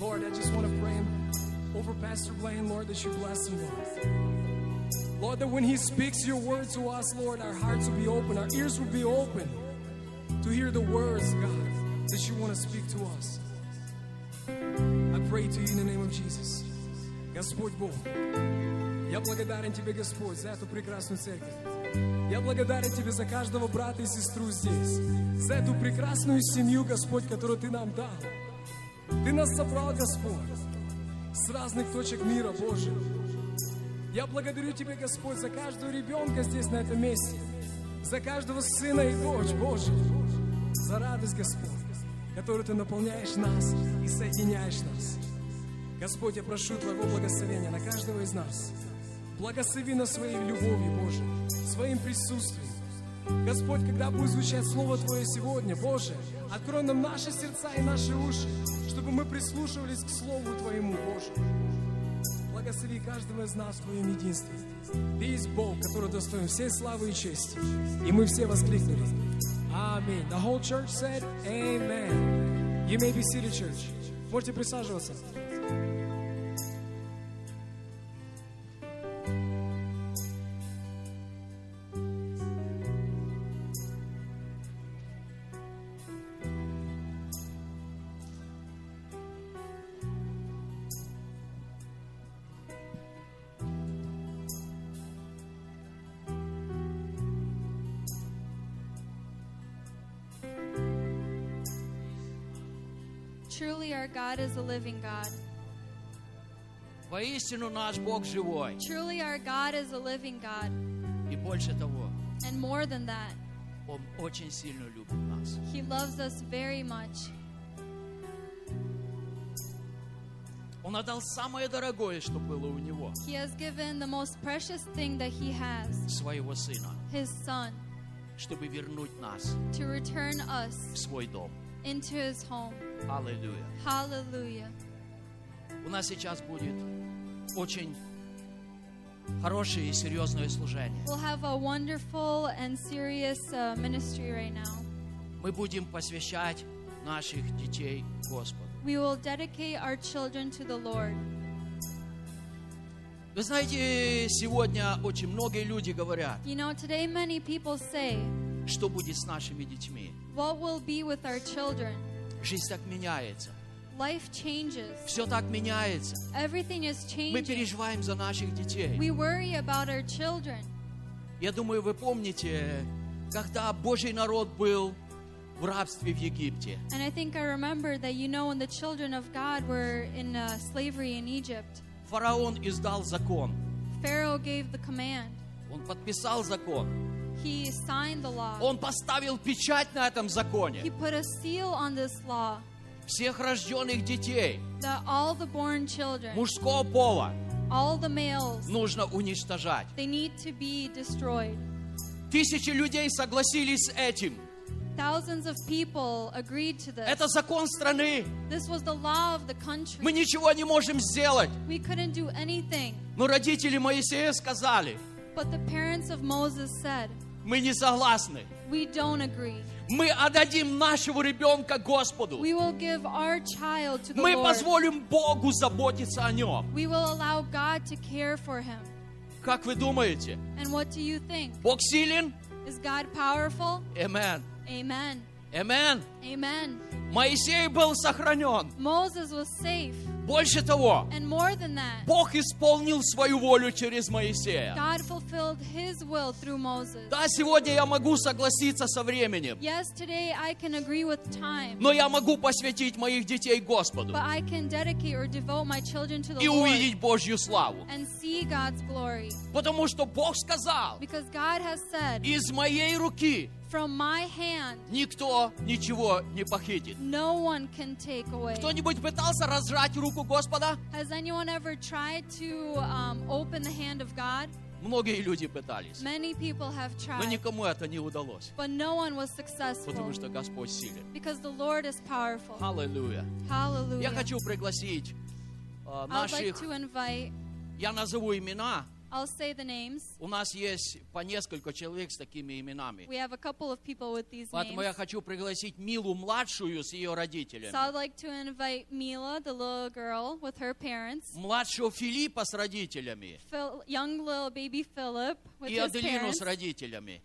Lord, I just want to pray over Pastor Blaine, Lord, that you bless him, Lord. Lord, that when he speaks your word to us, Lord, our hearts will be open, our ears will be open to hear the words, God, that you want to speak to us. I pray to you in the name of Jesus. Господь Бог, я благодарен Тебе, Господь, за эту прекрасную церковь. Я благодарен Тебе за каждого брата и сестру здесь, за эту прекрасную семью, Господь, которую Ты нам дал. Ты нас собрал, Господь, с разных точек мира, Боже. Я благодарю Тебя, Господь, за каждого ребенка здесь, на этом месте, за каждого сына и дочь, Боже, за радость, Господь, которую Ты наполняешь нас и соединяешь нас. Господь, я прошу Твоего благословения на каждого из нас. Благослови нас своей любовью, Боже, своим присутствием. Господь, когда будет звучать Слово Твое сегодня, Боже, открой нам наши сердца и наши уши, чтобы мы прислушивались к Слову Твоему, Боже. Благослови каждого из нас в Твоем единстве. Ты есть Бог, который достоин всей славы и чести. И мы все воскликнули. Аминь. The whole church said, Amen. You may be seated, church. Можете присаживаться. Truly, our God is a living God. Воистину наш Бог живой. Truly, our God is a living God. И больше того, And more than that, Он очень сильно любит нас. He loves us very much. Он отдал самое дорогое, что было у Него, He has given the most precious thing that He has, своего Сына, His Son, чтобы вернуть нас to return us в свой дом. into His home. Аллилуйя. Hallelujah. У нас сейчас будет очень хорошее и серьезное служение. We'll have a wonderful and serious uh, ministry right now. Мы будем посвящать наших детей Господу. We will dedicate our children to the Lord. Вы знаете, сегодня очень многие люди говорят, You know, today many people say, что будет с нашими детьми. What will be with our children? Жизнь так меняется. Life changes, Все так меняется. everything is Мы changing. переживаем за наших детей. We worry about our children. Я думаю, вы помните, когда Божий народ был в рабстве в Египте. And I think I remember that you know when the children of God were in uh, slavery in Egypt, Фараон издал закон. Pharaoh gave the command. Он подписал закон. He signed the law. Он поставил печать на этом He законе. put a seal on this law Всех рожденных детей that all the born children, мужского пола all the males, нужно уничтожать. they need to be destroyed. Тысячи людей согласились с этим. Thousands of people agreed to this. Это закон страны. This was the law of the Мы country. ничего не можем сделать. We couldn't do anything. Но родители Моисея сказали, But the parents of Moses said, мы не согласны. We don't agree. Мы отдадим нашего ребенка Господу. We will give our child to the Мы Lord. позволим Богу заботиться о нем. We will allow God to care for him. Как вы думаете, And what do you think? Бог силен? Is God powerful? Амен. Amen. Амен. Amen. Моисей был сохранен. Moses was safe. Больше того, And more than that, Бог исполнил свою волю через Моисея. God fulfilled his will through Moses. Да, сегодня я могу согласиться со временем, Yes, today I can agree with time, но я могу посвятить моих детей Господу but I can dedicate or devote my children to the и Lord увидеть Божью славу. and see God's glory. Потому что Бог сказал, Because God has said, из моей руки From my hand, никто ничего не похитит. no one can take away. Кто-нибудь пытался разжать руку Господа? Has anyone ever tried to um, open the hand of God? Многие люди пытались. Many people have Но tried, никому это не удалось, but no one was successful потому что Господь силен. because the Lord is powerful. Аллилуйя. Я Hallelujah. хочу пригласить э, I'd like наших, to invite, я назову имена. I'll say the names. У нас есть по несколько человек с такими именами. We have a couple of people with these Поэтому я names. хочу пригласить Милу младшую с ее So родителями, I'd like to invite Mila, the little girl, with her parents, младшего Филиппа с родителями Phil, young little baby Philip with и his Аделину parents, с родителями.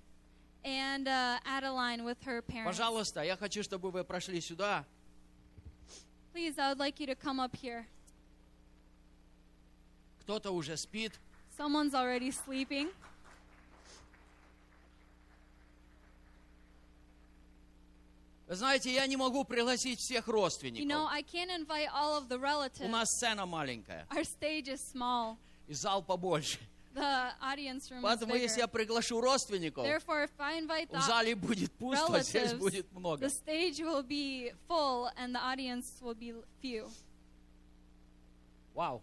and uh, Adeline with her parents. Пожалуйста, я хочу, чтобы вы прошли сюда. Please, I would like you to come up here. кто-то уже спит. Someone's already sleeping. Вы знаете, я не могу пригласить всех You know, родственников. I can't invite all of the relatives. У нас сцена маленькая Our stage is small. и зал побольше. The audience room is Поэтому если bigger. я приглашу родственников, Therefore, if I invite the в зале будет пусто, а здесь relatives, будет много. the stage will be full and the audience will be few. Вау.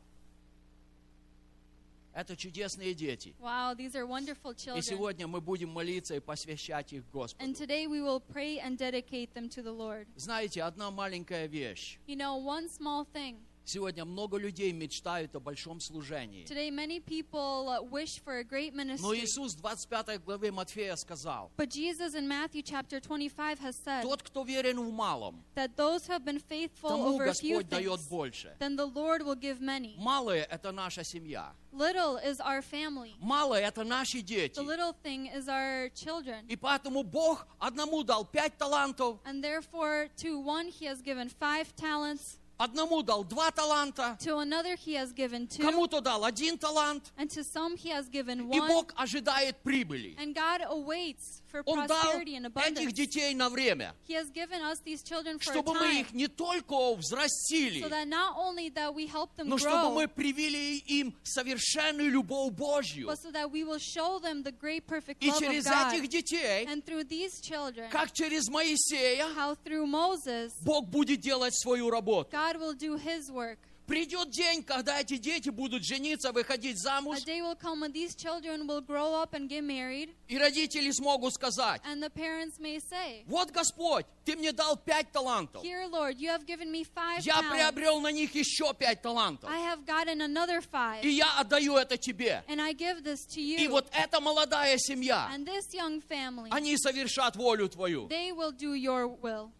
Это чудесные дети. Wow, these are wonderful И children. сегодня мы будем молиться и посвящать их Господу. And today we will pray and dedicate them to the Lord. Знаете, одна маленькая вещь. You know, one small thing. Сегодня много людей мечтают о большом служении. Today, many people uh, wish for a great Но ministry. Иисус в 25 главе Матфея сказал, But Jesus in Matthew chapter 25 has said тот, кто верен в малом, that those who have been faithful тому over a few Господь things, дает больше. then the Lord will give many. Малое – это наша семья. Little is our family. Малое – это наши дети. The little thing is our children. И поэтому Бог одному дал пять талантов, And therefore, to one he has given five talents, одному дал два таланта, to another he has given two, кому-то дал один талант, and to some he has given и one. Бог ожидает прибыли. And God awaits for Он дал prosperity and этих abundance. детей на время, He has given us these children for a чтобы мы time, их не только взрастили, so that not only that we help them но чтобы grow, мы привили им совершенную любовь Божью. but so that we will show them the great perfect И love of через God. этих детей, And through these children, как через eh, Моисея, how through Moses, Бог будет делать свою работу. God will do his work. Придет день, когда эти дети будут жениться, выходить A замуж, day will come when these children will grow up and get married, и родители смогут сказать, and the parents may say, вот Господь, Ты мне дал пять талантов. Here, Lord, you have given me five Я talents. приобрел на них еще пять талантов. I have gotten another five, И я отдаю это тебе. and I give this to И you. вот эта молодая семья, And this young family, они совершат волю твою. they will do your will.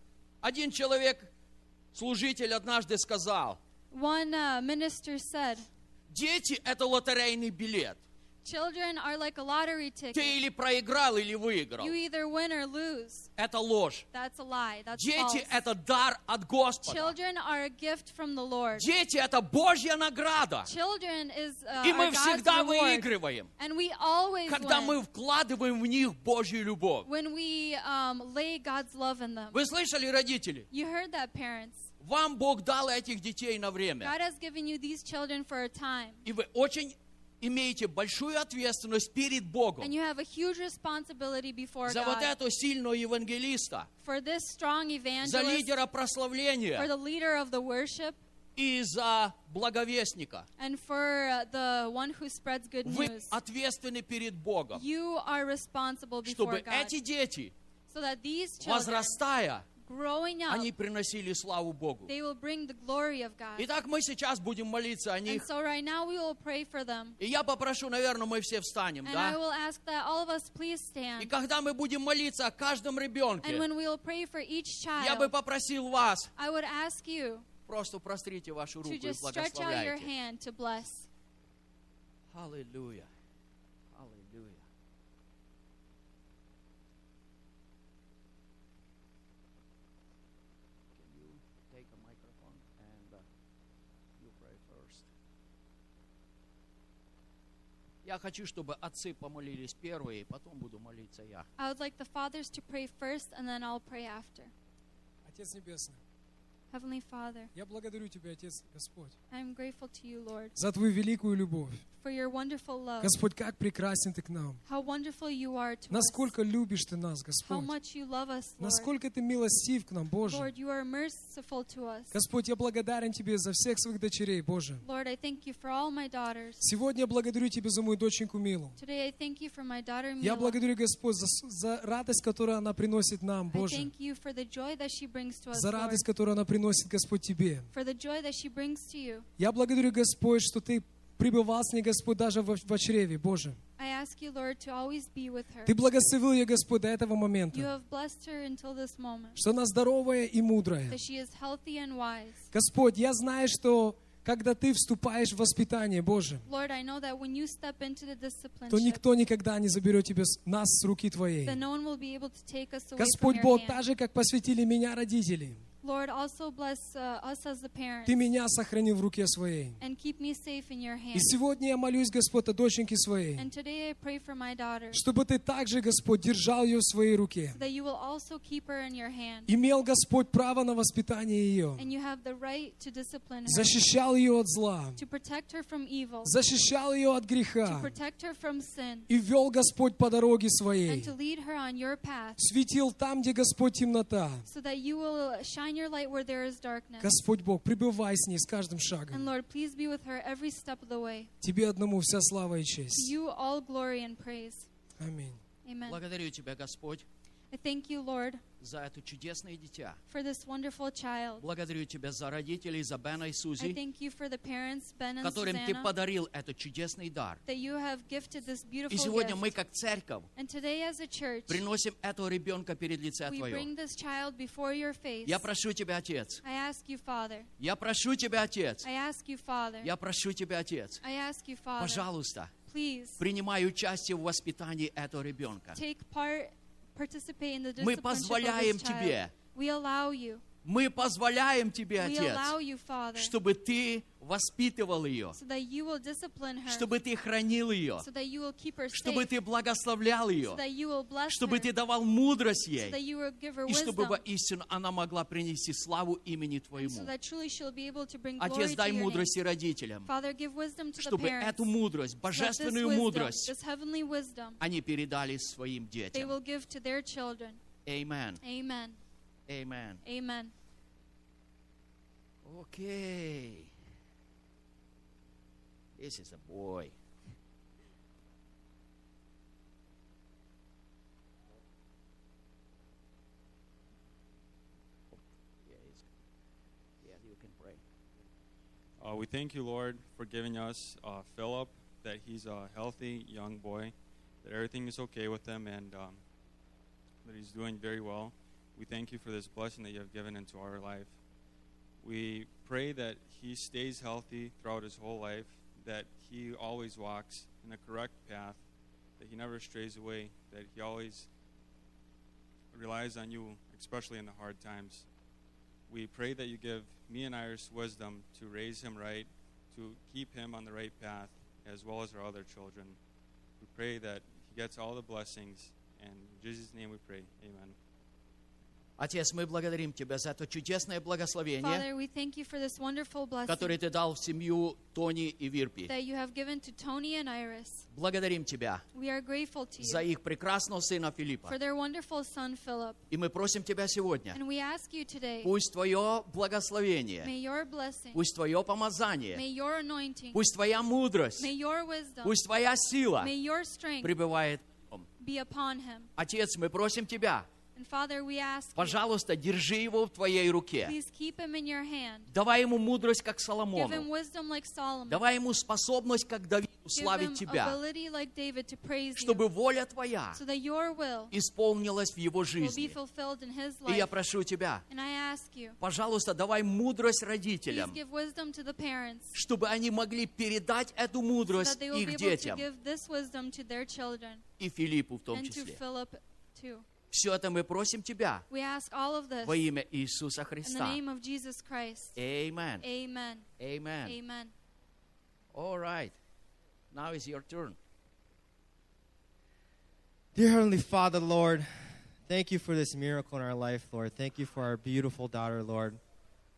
Один человек, служитель, однажды сказал, One uh, minister said, дети – это лотерейный билет. Children are like a lottery Ты ticket. или проиграл, или выиграл. You either win or lose. Это ложь. That's a lie. That's false. Дети – это дар от Господа. Children are a gift from the Lord. Дети – это Божья награда. Children is uh, И are мы God's всегда reward. выигрываем, And we always когда win мы вкладываем в них Божью любовь. when we um, lay God's love in them. Вы слышали, родители? You heard that, parents. Вам Бог дал этих детей на время. God has given you these children for a time. И вы очень имеете большую ответственность перед And Богом you have a huge responsibility before за вот God этого сильного евангелиста, for this strong за evangelist, лидера for прославления the leader of the worship, и за благовестника. and for uh, the one who spreads good Вы news. ответственны перед Богом, You are responsible before чтобы God эти дети, so that these children, возрастая, growing up, они приносили славу Богу. they will бring the glory of God. Итак, мы сейчас будем молиться о And них. so right now we will pray for them. И я попрошу, наверное, мы все встанем, And I да? will ask that all of us please И stand. когда мы будем молиться о каждом And ребенке, when we will pray for each я бы child, попросил вас, I would ask you просто прострите вашу руку to и just stretch out your благословляйте. hand to bless. Аллилуйя. Аллилуйя. Can you take a microphone and, uh, you pray first? Я хочу, чтобы отцы помолились первые, потом буду молиться я. I would like the fathers to pray first, and then I'll pray after. Отец Небесный, Heavenly Father, я благодарю Тебя, Отец Господь, I am grateful to you, Lord, за Твою великую любовь. for your wonderful love. Господь, как прекрасен Ты к нам. How wonderful you are to us. Насколько любишь Ты нас, How Господь. much you love us, Lord. Насколько Ты милостив к нам, Боже. Lord, you are merciful to us. Господь, я благодарен Тебе за всех своих дочерей, Боже. Lord, I thank you for all my daughters. Сегодня я благодарю Тебя за мою доченьку Милу. Today I thank you for my daughter Я Mila. благодарю, Господь, за, с- за радость, которую она приносит нам, I Боже. thank you for the joy that she brings to us, За Lord. радость, которую она приносит, Господь, Тебе. For the joy that she brings to you. Я благодарю, Господь, что Ты пребывал с ней, Господь, даже в, в чреве, Боже. I ask you, Lord, to always be with her. Ты благословил ее, Господь, до этого You момента, have blessed her until this moment. что она здоровая и мудрая. That she is healthy and wise. Господь, я знаю, что когда Ты вступаешь в воспитание, Боже, Lord, I know that when you step into the discipline, то никто никогда не заберет тебя с- нас с руки Твоей. then no one will be able to take us away Господь from your Бог, так hand. же, как посвятили меня родители, Lord, also bless uh, us as the parents Ты меня сохрани в руке своей. and keep me safe in your И hand. сегодня я молюсь, Господь, о доченьке своей, And today I pray for my daughter чтобы Ты также, Господь, держал ее в своей руке. that you will also keep her in your hand Имел, Господь, право на воспитание ее. and you have the right to discipline her, Защищал ее от зла. to protect her from evil, Защищал ее от to греха. protect her from sin, И вел, Господь, по дороге своей. and to lead her on your path Светил там, где, Господь, темнота. so that you will shine your light where there is darkness. Господь Бог, пребывай с ней с каждым And шагом. Lord, please be with her every step of the way. Тебе одному вся слава и To честь. you all glory and praise. Аминь. Amen. Благодарю Тебя, Господь, I thank you, Lord, за это чудесное дитя. for this wonderful child. Благодарю Тебя за родителей, за Бена и I Сузи, thank you for the parents, Ben and которым Ты Susanna, подарил этот чудесный дар. that you have gifted this И beautiful сегодня мы, gift. как церковь, And today, as a church, приносим этого ребенка перед лица we Твое. bring this child before your face. Я прошу Тебя, Отец. I ask you, Father. Я прошу Тебя, Отец. I ask you, Father. Я прошу Тебя, Отец. I ask you, Father. Пожалуйста, Please принимай участие в воспитании этого ребенка. take part, participate in the Мы discipleship позволяем of this child. тебе. We allow you. Мы позволяем Тебе, We allow Отец, you, Father, чтобы Ты воспитывал ее, so that you will discipline her, чтобы Ты хранил ее, so that you will keep her чтобы safe, Ты благословлял ее, so that you will bless her, чтобы Ты давал мудрость so that ей, you will give her и чтобы wisdom, воистину она могла принести славу имени so Твоему. that truly she'll be able to bring glory Отец, to дай your name. мудрости родителям, Father, give wisdom to the чтобы parents, эту мудрость, so that this божественную wisdom, мудрость, this heavenly wisdom, они передали своим they детям. will give to their children. Amen. Amen. Amen. Amen. Okay. This is a boy. Yeah, it's yeah, you can pray. Uh, we thank you, Lord, for giving us uh, Philip, that he's a healthy young boy, that everything is okay with him, and um, that he's doing very well. We thank you for this blessing that you have given into our life. We pray that he stays healthy throughout his whole life, that he always walks in the correct path, that he never strays away, that he always relies on you, especially in the hard times. We pray that you give me and Iris wisdom to raise him right, to keep him on the right path, as well as our other children. We pray that he gets all the blessings, and in Jesus' name we pray. Amen. Отец, мы благодарим Тебя за это чудесное благословение, Father, we thank you for this wonderful blessing которое Ты дал в семью Тони и Вирпи. that you have given to Tony and Iris. Благодарим Тебя We are grateful to за you их прекрасного сына Филиппа. for their wonderful son, Philip. И мы просим Тебя сегодня, And we ask you today, пусть Твое благословение, may your blessing, пусть Твое помазание, may your anointing, Пусть твоя мудрость, may your wisdom, пусть твоя сила may your strength пребывает в нем. be upon him. Отец, мы просим Тебя, And Father, we ask, you, пожалуйста, держи его в Твоей руке. please keep him in your hand. Давай ему мудрость, как Give him Соломону. wisdom like Solomon. Давай ему способность, как Давиду, Give him славить Тебя, ability like David to praise you, чтобы воля Твоя so that your will исполнилась в его will be жизни. fulfilled in his И я life. прошу Тебя, And I ask you, пожалуйста, давай мудрость please родителям, give wisdom to the parents. чтобы они могли передать эту so that мудрость they will be их able to детям give this wisdom to their children и Филиппу в том and to числе. Philip too. Все это мы просим Тебя We ask all of this во имя Иисуса in the Христа. name of Jesus Christ. Amen. Amen. Amen. Amen. All right. Now is your turn. Dear Heavenly Father, Lord, thank you for this miracle in our life, Lord. Thank you for our beautiful daughter, Lord.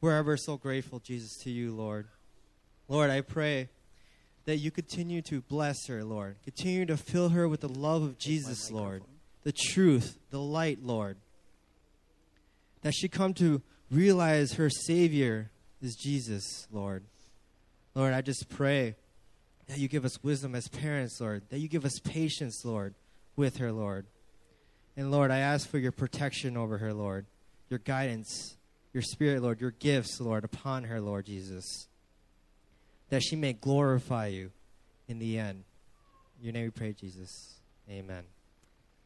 We're ever so grateful, Jesus, to you, Lord. Lord, I pray that you continue to bless her, Lord. Continue to fill her with the love of Jesus, Lord. The truth, the light, Lord. That she come to realize her Savior is Jesus, Lord. Lord, I just pray that you give us wisdom as parents, Lord. That you give us patience, Lord, with her, Lord. And Lord, I ask for your protection over her, Lord. Your guidance, your spirit, Lord. Your gifts, Lord, upon her, Lord Jesus. That she may glorify you in the end. In your name we pray, Jesus. Amen.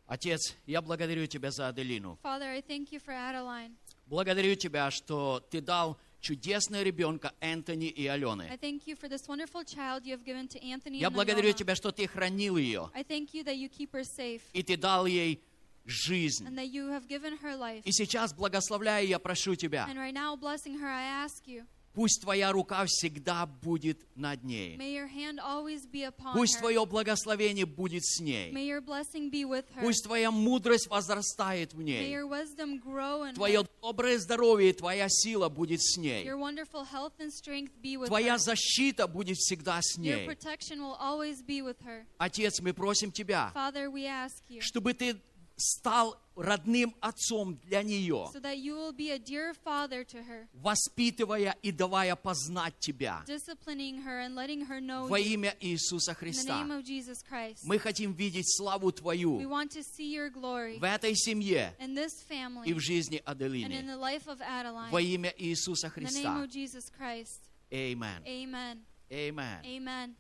Отец, я благодарю Тебя за Аделину. Father, I thank you for Adeline. Благодарю Тебя, что Ты дал чудесного ребенка Энтони и I Алены. thank you for this wonderful child you have given to Anthony Я and благодарю Alana. Тебя, что Ты хранил ее. I thank you that you keep her safe И Ты дал ей жизнь. and that you have given her life. И сейчас, благословляя, я прошу тебя, And right now, blessing her, I ask you, пусть твоя рука всегда будет над ней. may your hand always be upon Пусть her. твое благословение будет с ней. May your blessing be with her. Пусть твоя мудрость возрастает в May ней. your wisdom grow in her. Твое доброе здоровье и твоя сила будет с ней. Your wonderful health and strength be with Твоя her. защита будет всегда с Your ней. protection will always be with her. Отец, мы просим Тебя, Father, we ask you чтобы Ты стал родным отцом для нее, so that you will be a dear father to her, воспитывая и давая познать Тебя disciplining her and letting her know Ah. во you. имя Иисуса in the Христа. name of Jesus Christ. Мы хотим видеть славу We Твою want to see your glory в этой семье in this и в family жизни and in Аделины. the life of Adeline. Во имя Иисуса In the name Христа. of Jesus Christ. Amen. Amen. Amen. Amen.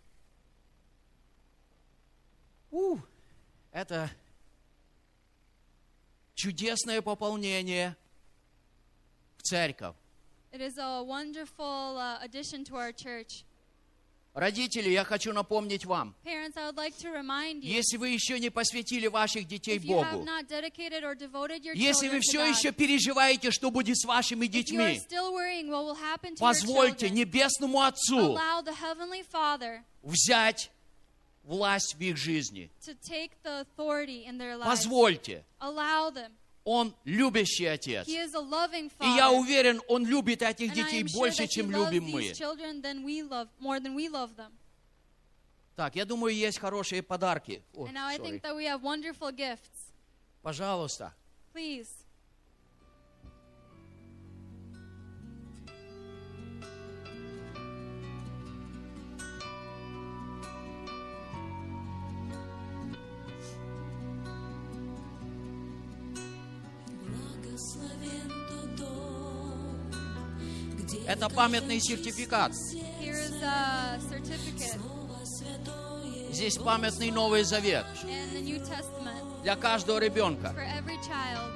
У, Это чудесное пополнение в церковь. It is a wonderful uh, addition to our church. Родители, я хочу напомнить вам, Parents, I would like to remind you если вы еще не посвятили ваших детей if you have Богу, not dedicated or devoted your если вы children все to еще God, переживаете, что будет с вашими if you are детьми, still worrying what will happen to your позвольте children, Небесному Отцу allow the Heavenly Father взять власть в их жизни. to take the authority in their lives. Позвольте. Allow them. Он любящий Отец. He И is a loving Father. я уверен, Он любит этих and I детей am sure больше, that He чем loves любим these мы. children than we love, more than we love them. Так, я думаю, есть хорошие подарки. О, and now I sorry. think that we have wonderful gifts. Пожалуйста. Please. Благословен тот дом, где Это памятный сертификат. Here is a certificate Слово Святое Здесь памятный Новый Завет in the New Testament для каждого ребенка. for every child.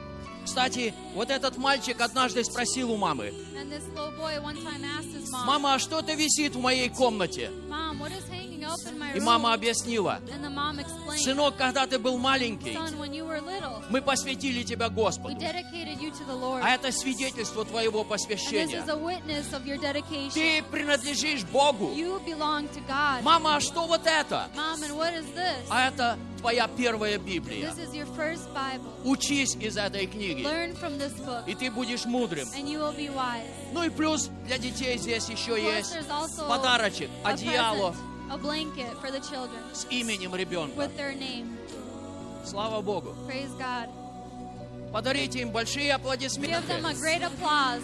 Кстати, вот этот мальчик однажды спросил у мамы, And this little boy one time asked his mom, «Мама, а что-то висит в моей комнате?» Mom, what is hanging up in my И room? мама объяснила, And the mom explained, «Сынок, когда ты был маленький, Son, when you were little, мы посвятили тебя we Господу, dedicated you to the Lord. а это свидетельство твоего and this посвящения. is a witness of your dedication. Ты принадлежишь Богу. You belong to God. Мама, а что вот это?» Mom, and what is this? А это твоя первая Библия. This is your first Bible. Учись из этой книги, Learn from this book, и ты будешь мудрым. and you will be wise. Ну и плюс для детей здесь еще Plus, есть there's also подарочек, a одеяло present, a blanket for the children с именем ребенка. with their name. Слава Богу. Praise God. Подарите им большие Give them a аплодисменты. great applause.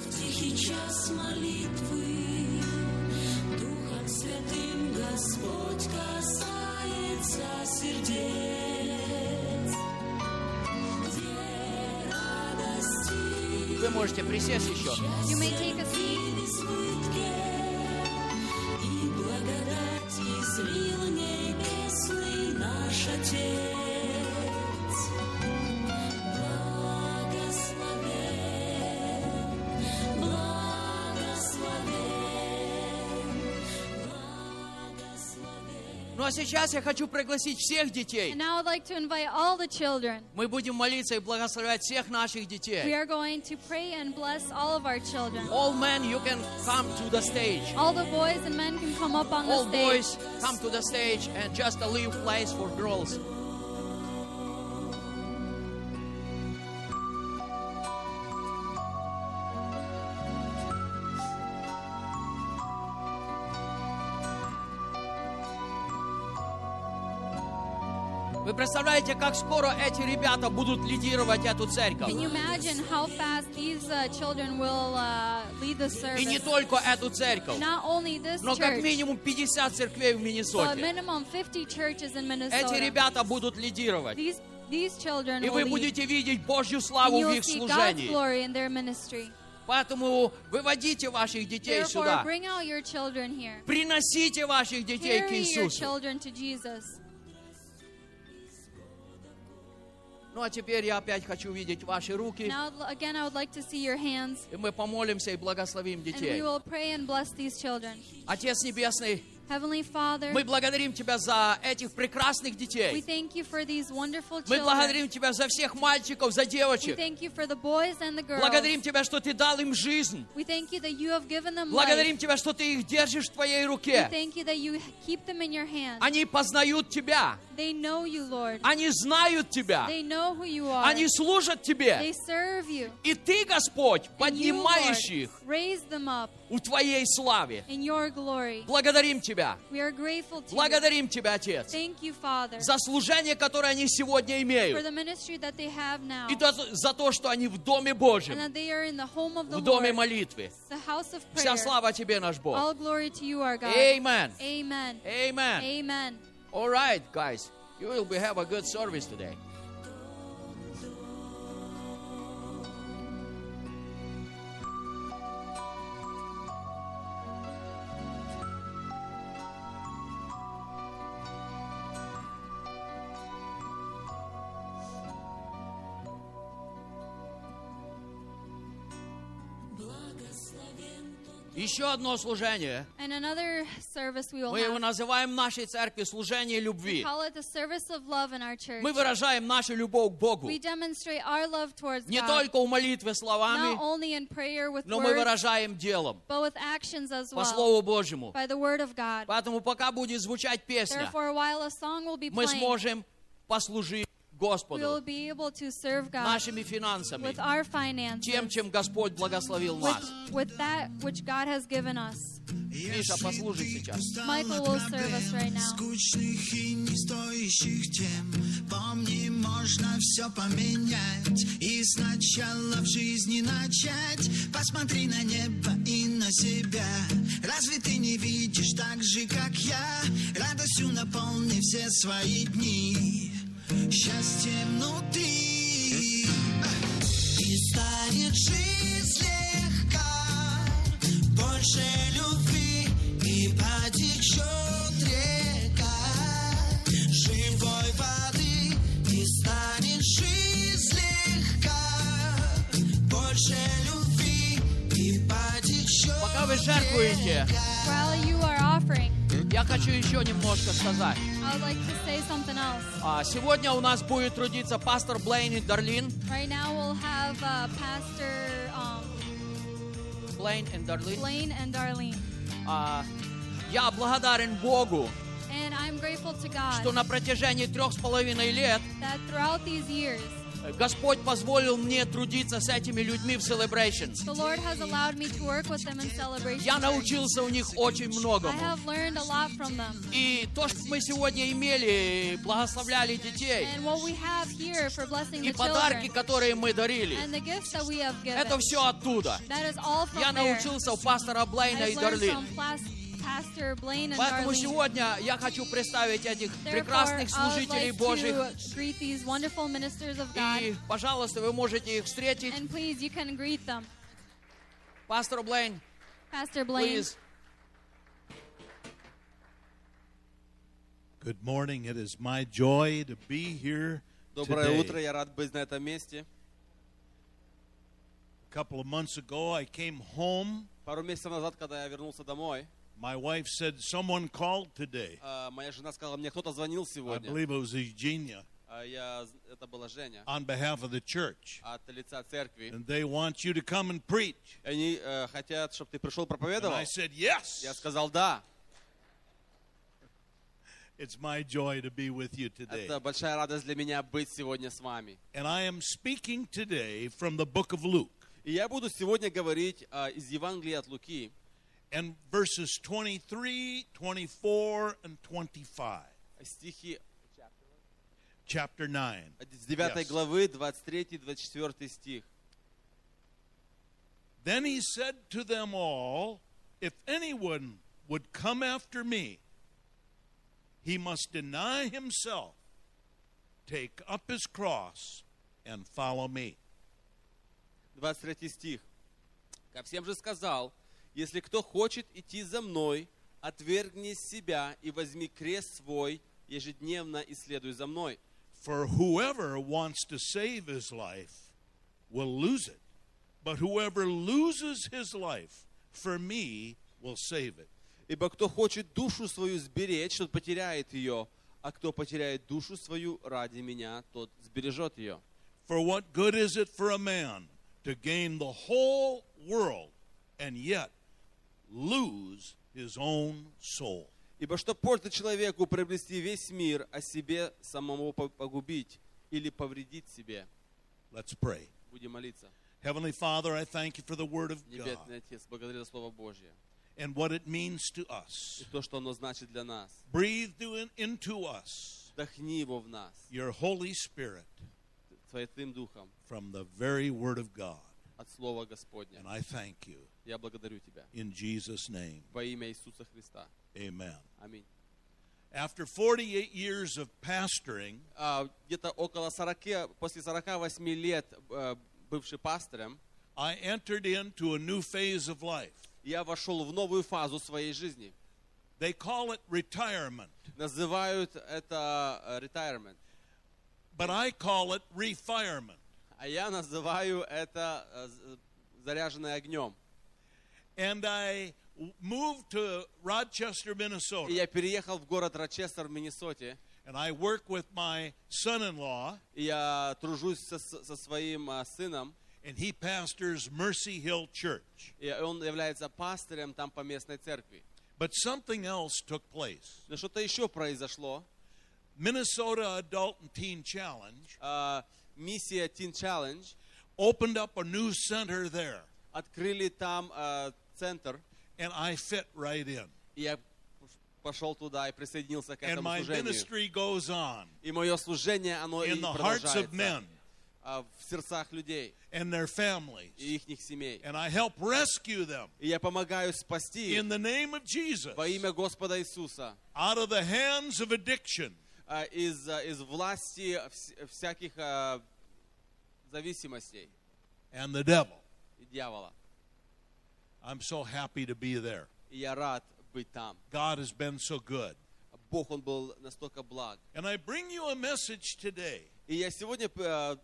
в тихий час молитвы. Духом Святым Господь касается сердец. Где радости Вы можете присесть еще. You may take a seat. в избытке, и благодать излил небесный наш Отец. Благословен, благословен, благословен. Ну а сейчас я хочу пригласить всех детей. And now I'd like to invite all the children. Мы будем молиться и благословлять всех наших We детей. are going to pray and bless all of our children. All men, you can come to the stage. All the boys and men can come up on All the stage. boys, come to the stage and just leave place for girls. Вы представляете, как скоро эти ребята будут лидировать эту церковь? Can you imagine how fast these uh, children will uh, lead the И не service? только эту церковь, Not only this но как church, минимум 50 церквей в but a Миннесоте. minimum 50 churches in Эти Minnesota. ребята будут лидировать. These these children И will вы lead, будете видеть Божью and славу you в will их see God's служении. glory in their ministry. Поэтому выводите ваших детей Therefore, сюда. bring out your children here. Приносите ваших детей к Carry your Иисусу. children to Jesus. Ну а теперь я опять хочу видеть ваши руки. Now, again, I would like to see your hands, И мы помолимся и благословим and we детей. will pray and bless these children. Отец Небесный, Heavenly Father, Мы благодарим Тебя за этих прекрасных we детей. thank you for these wonderful Мы благодарим children. Тебя за всех мальчиков, за We девочек. thank you for the boys and the Благодарим girls. Тебя, что Ты дал им жизнь. We thank you that you have given them Благодарим life. Тебя, что Ты их держишь в Твоей We руке. thank you that you keep them in your hands. Они познают Тебя. They know you, Lord. Они знают Тебя. They know who you are. Они служат Тебе. They serve you. И Ты, Господь, And you, Lord, поднимаешь их raise them up у Твоей славе. in your glory. Благодарим Тебя. We are grateful to you. Благодарим Тебя, Отец, Thank you, Father, за служение, которое они сегодня for имеют. the ministry that they have now И то- за то, что они в Доме and Божьем, that they are in the home of the в Доме Lord, молитвы. the house of prayer. Вся слава Тебе, наш Бог. All glory to you, our God. Amen. Amen. Amen. Amen. All right, guys. You will be have a good service today. Еще одно служение. And another service we will Мы его have. называем в нашей церкви служение любви. Call it the service of love in our church. Мы выражаем нашу любовь к Богу We demonstrate our love towards не God, только у молитвы not словами, only in prayer with но мы words, выражаем делом but with actions as по well, Слову Божьему. by the word of God. Поэтому пока будет звучать песня, Therefore, while a song will be мы playing, сможем we послужить will Господу be able to serve God нашими финансами, with our тем, finances, чем Господь благословил нас. with, with that which God has given us. Миша послужит сейчас. Michael will serve us right now. скучных и не стоящих тем. Помни, можно все поменять и сначала в жизни начать. Посмотри на небо и на себя. Разве ты не видишь так же, как я? Радостью наполни все свои дни. Счастьем ну внутри. И станет жизнь легка, больше любви и потечет река живой воды. И станет жизнь легка, больше любви и потечет Пока вы жертвуете, While you are offering, я хочу еще немножко сказать. I would like to say something else. А, Сегодня у нас будет трудиться пастор Блейн и Дарлин. Right now, we'll have uh, Pastor um, Блейн и Дарлин. Blaine and Darlene. А, Я благодарен Богу, And I'm grateful to что God на протяжении трех с половиной лет that throughout these years, Господь позволил мне трудиться с этими людьми в Celebration. the Lord has allowed me to work with them in celebration. Я Church. научился у них очень I многому. have learned a lot from them. И то, что мы сегодня имели, благословляли детей, And what we have here for blessing и the подарки, children которые мы дарили, and the gifts that we have given, это все оттуда. that is all Я from there. научился у пастора Блейна и I've learned Дарлин. from plas- Pastor Blaine and Поэтому Darlene. сегодня я хочу представить этих Therefore, прекрасных I would служителей like Божьих. to greet these wonderful ministers of God. И, пожалуйста, вы можете их встретить. And please, you can greet them. Пастор Блейн, Pastor Blaine, please. Good morning. It is my joy to be here Доброе today. утро, я рад быть на этом месте. A couple of months ago, I came home. Пару месяцев назад, когда я вернулся домой, My wife said someone called today. э, моя жена сказала мне, кто-то звонил I сегодня. believe it was Eugenia А я, это была Женя on behalf of the church, от лица церкви. and they want you to come and preach. Они э, хотят, чтобы ты пришел And проповедовал. I said yes. Я сказал да. It's my joy to be with you today. Это большая радость для меня быть сегодня с вами. And I am speaking today from the book of Luke, И я буду сегодня говорить а, из Евангелия от Луки, and verses 23, 24, and 25, стихи chapter 9. с 9 Yes. главы, 23-24 стих. Then he said to them all, If anyone would come after me, he must deny himself, take up his cross, and follow me. 23 стих. Ко всем же сказал, если кто хочет идти за мной, отвергни себя и возьми крест свой ежедневно и следуй за мной. For whoever wants to save his life will lose it, but whoever loses his life for me will save it. Ибо кто хочет душу свою сберечь, тот потеряет ее, а кто потеряет душу свою ради меня, тот сбережет ее. For what good is it for a man to gain the whole world and yet lose his own soul? Ибо что пользы человеку приобрести весь мир, а себе самому по- погубить или повредить себе? Let's pray. Будем молиться. Heavenly Father, I thank you for the word of God Небесный Отец, благодарю за Слово Божье and what it means to us. и то, что оно значит для нас. Breathe to- into us Вдохни его в нас, your Holy Spirit Святым Духом, from the very word of God. от Слова Господня. And I thank you Я благодарю Тебя. in Jesus' name. Во имя Иисуса Христа. Amen. Аминь. After 48 years of pastoring, А, Где-то около 40, после 48 лет, uh, э, бывший пастором, I entered into a new phase of life. я вошел в новую фазу своей жизни. They call it retirement, Называют это uh, э, retirement, but I call it refirement. а я называю это uh, э, з- заряженное огнем. And I w- moved to Rochester, И Minnesota, я переехал в город Рочестер в Миннесоте, and I work with my son in law, и я тружусь со, со- со своим э, сыном, and he pastors Mercy Hill Church. и он является пастырем там по местной церкви. But something else took place. Но что-то еще произошло. Minnesota Adult and Teen Challenge А, миссия Uh, Teen Challenge opened up a new center there, открыли там э, центр, and I fit right in. и я пошел туда и присоединился к And этому my служению. ministry goes on И мое служение, оно и in the hearts of men продолжается а, в сердцах людей and their families. и их семей. And I help rescue them И я помогаю спасти in the name of Jesus во имя Господа Иисуса out of the hands of addiction а, из, а, из власти вс- всяких а, зависимостей and the devil. и дьявола. I'm so happy to be there. И я рад быть там. God has been so good. Бог, Он был настолько благ. And I bring you a message today И я сегодня э,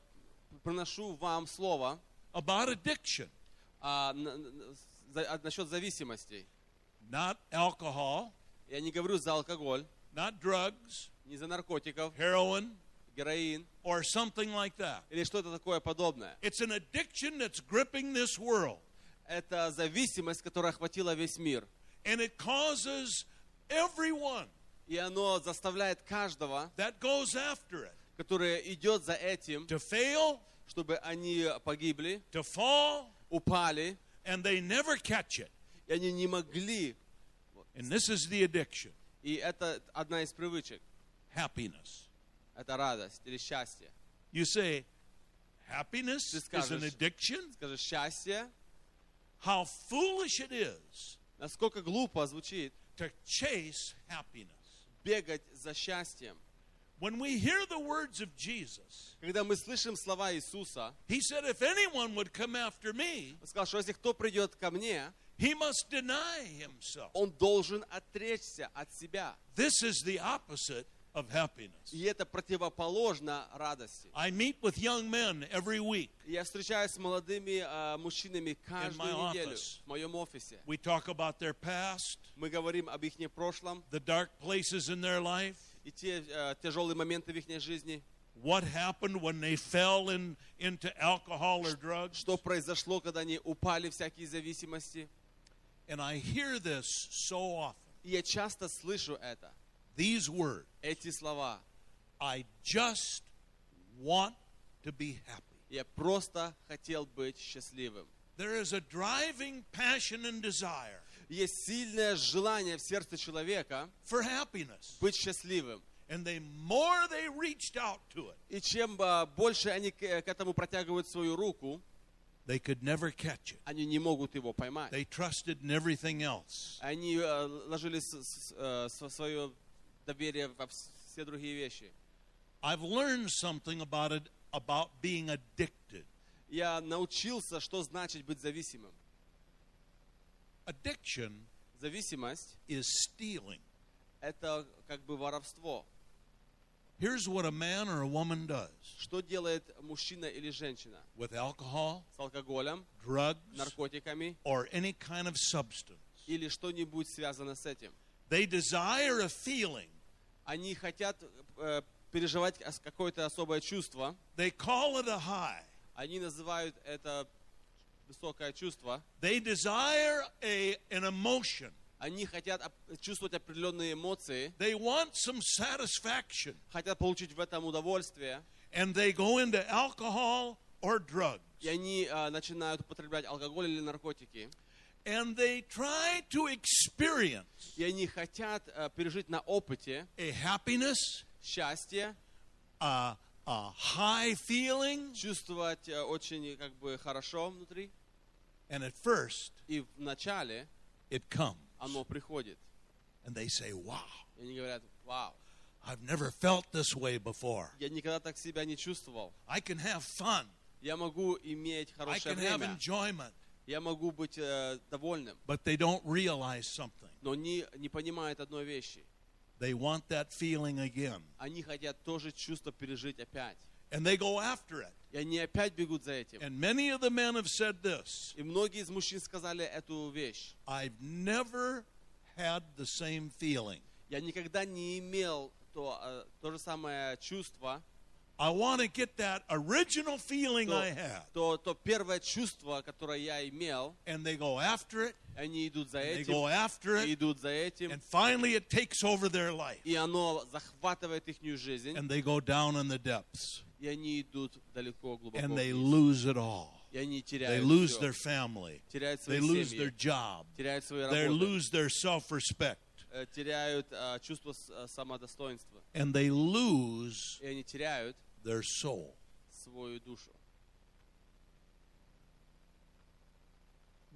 приношу вам слово about addiction, а, н- н- за- а, насчет зависимостей. not alcohol, Я не говорю за алкоголь, not drugs, не за наркотиков, heroin, героин or something like that. или что-то такое подобное. It's an addiction that's gripping this world, Это зависимость, которая охватила весь мир. and it causes everyone И оно заставляет каждого, that goes after it который идет за этим, to fail, чтобы они погибли, to fall, упали, and they never catch it. и они не могли. And this is the addiction И это одна из привычек. happiness. Это радость или счастье. You say, happiness Just is an covers- addiction? Скажи, счастье, How foolish it is насколько глупо звучит to chase happiness. бегать за счастьем. When we hear the words of Jesus, Когда мы слышим слова Иисуса, he said, If anyone would come after me, он сказал, что если кто придет ко мне, he must deny himself. он должен отречься от себя. This is the opposite of happiness. И это противоположно радости. I meet with young men every week. Я встречаюсь с молодыми э, мужчинами In каждую my неделю office. в моем офисе. We talk about their past, Мы говорим об их прошлом the dark places in their life, и те э, тяжелые моменты в их жизни, what happened when they fell in, into alcohol or drugs. что произошло, когда они упали в всякие зависимости. And I hear this so often И я часто слышу это, these words эти слова. I just want to be happy. Я просто хотел быть счастливым. There is a driving passion and desire Есть сильное желание в сердце человека for happiness. быть счастливым. And the more they reached out to it, И чем а, больше они к, к этому протягивают свою руку, they could never catch it. они не могут его поймать. They trusted in everything else. Они э, ложили с- с- э, св- свое доверие во вс- все другие вещи. I've learned something about it about being addicted. Я научился, что значит быть зависимым. Addiction Зависимость is stealing. – это как бы воровство. Here's what a man or a woman does Что делает мужчина или женщина with alcohol, с алкоголем, drugs, наркотиками or any kind of substance. или что-нибудь связано с этим. They desire a feeling. Они хотят э, переживать ос- какое-то особое чувство. They call it a high. Они называют это высокое чувство. They desire a, an emotion. Они хотят оп- чувствовать определенные эмоции, They want some satisfaction. хотят получить в этом удовольствие. And they go into alcohol or drugs. И они э, начинают употреблять алкоголь или наркотики. And they try to experience И они хотят э, пережить на опыте a happiness, счастье, a, a high feeling. чувствовать э, очень как бы хорошо внутри. And at first, И вначале it comes. оно приходит. And they say, Wow, И они говорят, вау, I've never felt this way before. я никогда так себя не чувствовал. I can have fun, Я могу иметь I хорошее can have время. enjoyment. Я могу быть э, довольным. But they don't realize something. Но они не понимают одной вещи. They want that feeling again. Они хотят тоже чувство пережить опять. And they go after it. И они опять бегут за этим. And many of the men have said this И многие из мужчин сказали эту вещь. I've never had the same feeling. Я никогда не имел то, э, то же самое чувство, I want to get that original feeling I had. то, то первое чувство, которое я имел, And they go after it, они идут за and they go этим, after и it, идут за этим, and finally it takes over their life. и оно захватывает их жизнь, And they go down in the depths, и они идут далеко, глубоко. and they вниз. lose it all. И они They теряют lose всё. their family, теряют they свои lose семьи, their job, теряют свои they работы, lose their self respect, э, теряют э, чувство с- э, самодостоинства. and they lose И они теряют their soul. свою душу.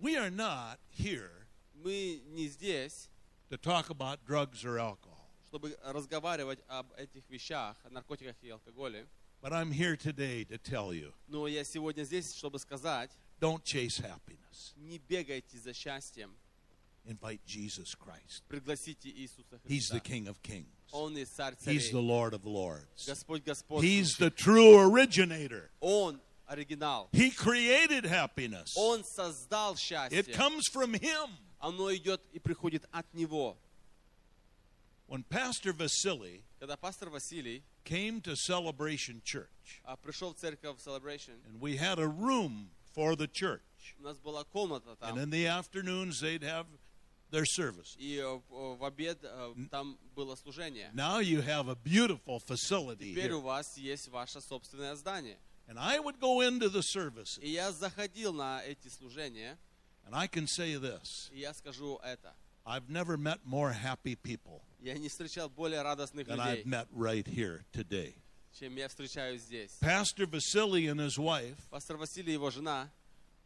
We are not here Мы не здесь, to talk about drugs or alcohol, чтобы разговаривать об этих вещах, о наркотиках и алкоголе. but I'm here today to tell you Но я сегодня здесь, чтобы сказать, don't chase happiness, не бегайте за счастьем, invite Jesus Christ. пригласите Иисуса He's Христа. the King of Kings. Он есть царь He's the царей, Lord of Lords. Господь Господь. He's the true originator. Он оригинал. He created happiness. Он создал It счастье. comes from Him. Оно идет и приходит от Него. When Pastor Vasily Когда пастор Василий came to Celebration Church, а, пришел в церковь Celebration, and we had a room for the church, у нас была комната and там, in the afternoons they'd have their service. и э, в в обед э, там было служение. Now you have a beautiful facility Теперь here. у вас есть ваше собственное здание. And I would go into the services, И я заходил на эти служения, and I can say this и я скажу это. I've never met more happy people Я не встречал более радостных than людей, I've met right here today. чем я встречаю здесь. Pastor Vasily and his wife Пастор Василий и его жена,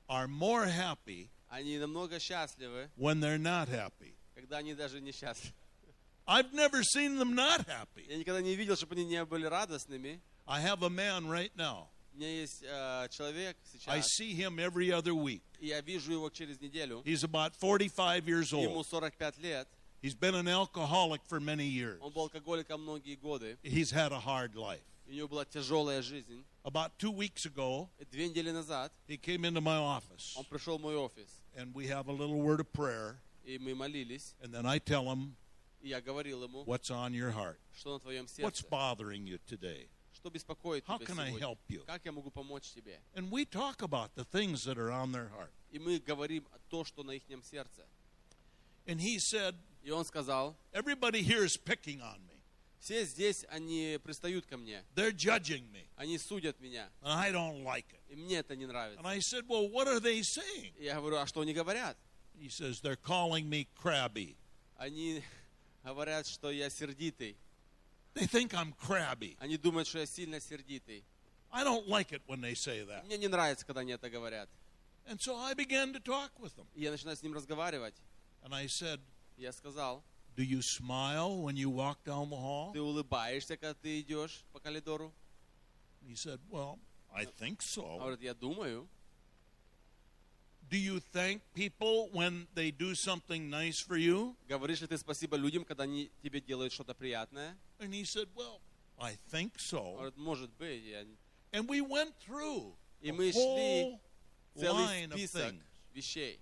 are more happy они намного счастливы, when they're not happy. когда они даже несчастливы. I've never seen them not happy. Я никогда не видел, чтобы они не были радостными. I have a man right now. У меня есть э, человек I сейчас, see him every other week. и я вижу его через неделю. He's about 45 years Ему old. 45 лет. He's been an alcoholic for many years. Он был алкоголиком многие годы. He's had a hard life. У него была тяжелая жизнь. About two weeks ago, И Две недели назад he came into my office, он пришел в мой офис, and we have a little word of prayer, и мы молились. and then I tell him И я говорил ему, what's on your heart, что на твоем what's сердце. bothering you today, Что беспокоит how тебя can I сегодня? help you. Как я могу помочь тебе? And we talk about the things that are on their heart. И мы говорим о то, что на ихнем сердце. And he said, И он сказал, Everybody here is picking on me. все здесь, они пристают ко мне, They're judging me, они судят меня, and I don't like it. и мне это не And нравится. I said, Well, what are they saying? И я говорю, а что они говорят? He says, They're calling me crabby. Они говорят, что я сердитый. They think I'm crabby. Они думают, что я сильно сердитый. I don't like it when they say that. Мне не нравится, когда они это говорят. And so I began to talk with them. И я начинаю с ним разговаривать. And I said, И Я сказал, Do you smile when you walk down the hall? ты улыбаешься, когда ты идешь по коридору? He said, Well, I think Он so. говорит, я думаю. Do you thank people when they do something nice for you? Говоришь ли ты спасибо людям, когда они тебе делают что-то приятное? And he said, Well, I think Он so. говорит, может быть. Я не- And we went through И the мы шли whole целый line of список things. вещей.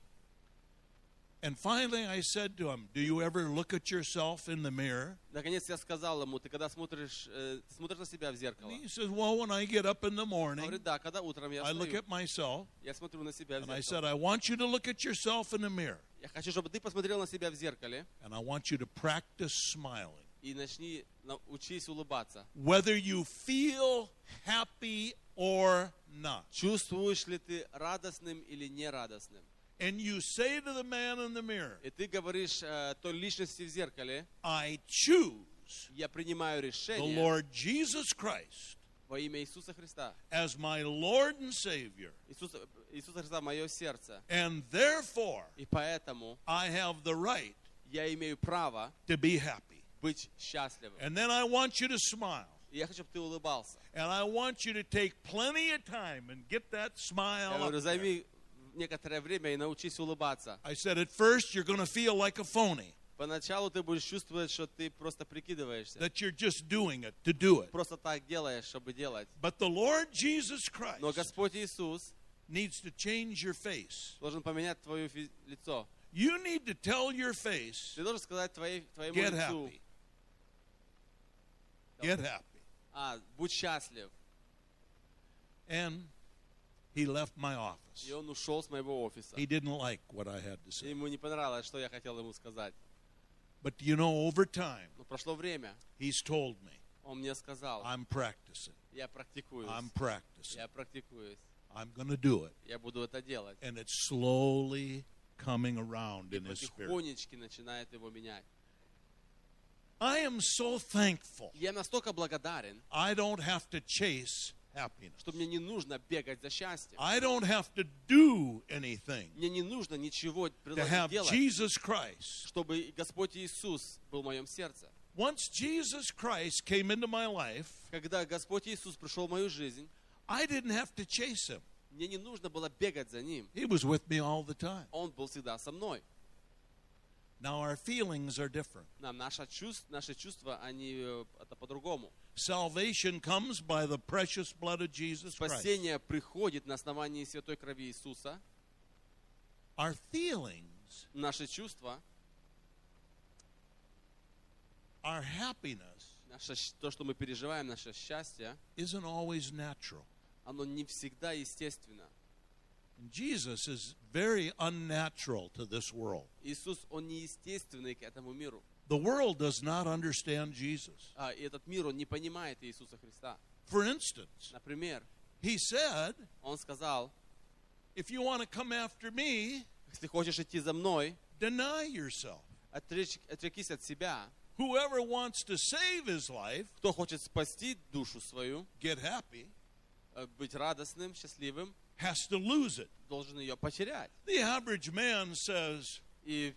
And finally, I said to him, Do you ever look at yourself in the mirror? Наконец я сказал ему, ты когда смотришь, э, ты смотришь на себя в зеркало? He says, Well, when I get up in the morning, Говорит, да, когда утром я I look встаю, at myself, я смотрю на себя в and I said, зеркало. I want you to look at yourself in the mirror, Я хочу, чтобы ты посмотрел на себя в зеркале and I want you to practice smiling. и начни, научись улыбаться. Whether you feel happy or not. Чувствуешь ли ты радостным или нерадостным? And you say to the man in the mirror, И ты говоришь э, той личности в зеркале, I choose я принимаю the решение Lord Jesus Christ во имя Иисуса Христа. as my Lord and Savior, Иисус, Иисуса Христа мое сердце. and therefore И поэтому I have the right я имею право to be happy. быть счастливым. And then I want you to smile. И я хочу, чтобы ты улыбался. And I want you to take plenty of time and get that smile. Я up говорю, there. займи некоторое время и научись улыбаться. I said, at first, you're going to feel like a phony, Поначалу ты будешь чувствовать, что ты просто прикидываешься. that you're just doing it to do it. Просто так делаешь, чтобы делать. But the Lord Jesus Christ Но Господь Иисус needs to change your face. должен поменять твое фи- лицо. You need to tell your face, Ты должен сказать твоей, твоему get лицу, happy. Get happy. а, будь счастлив. And he left my office. И он ушел с моего офиса. He didn't like what I had to И say. Ему не понравилось, что я хотел ему сказать. But you know, over time, Но прошло время. he's told me, Он мне сказал, I'm practicing. я практикуюсь. I'm practicing. Я практикуюсь. I'm going to do it. Я буду это делать. А. and it's slowly coming around in his spirit. Потихонечки начинает его менять. I am so thankful Я настолько благодарен, I don't have to chase happiness. что мне не нужно бегать за счастьем. I don't have to do anything Мне не нужно ничего to have приложить делать, Jesus Christ. чтобы Господь Иисус был в моем сердце. Once Jesus Christ came into my life, Когда Господь Иисус пришел в мою жизнь, I didn't have to chase him. мне не нужно было бегать за Ним. He was with me all the time. Он был всегда со мной. Now our feelings are different. Нам наши чувства, наши чувства они э, это по-другому. Salvation comes by the precious blood of Jesus Christ. Спасение приходит на основании святой крови Иисуса. Our feelings, Наши чувства, our happiness наше, щ- то, что мы переживаем, наше счастье, isn't always natural. оно не всегда естественно. And Jesus is very unnatural to this world. Иисус, Он неестественный к этому миру. The world does not understand Jesus. А, и этот мир, он не понимает Иисуса Христа. For instance, Например, he said, Он сказал, If you want to come after me, если хочешь идти за мной, deny yourself. отречь- отрекись от себя. Whoever wants to save his life, Кто хочет спасти душу свою, get happy, э, быть радостным, счастливым, has to lose it. должен ее потерять. The average man says, И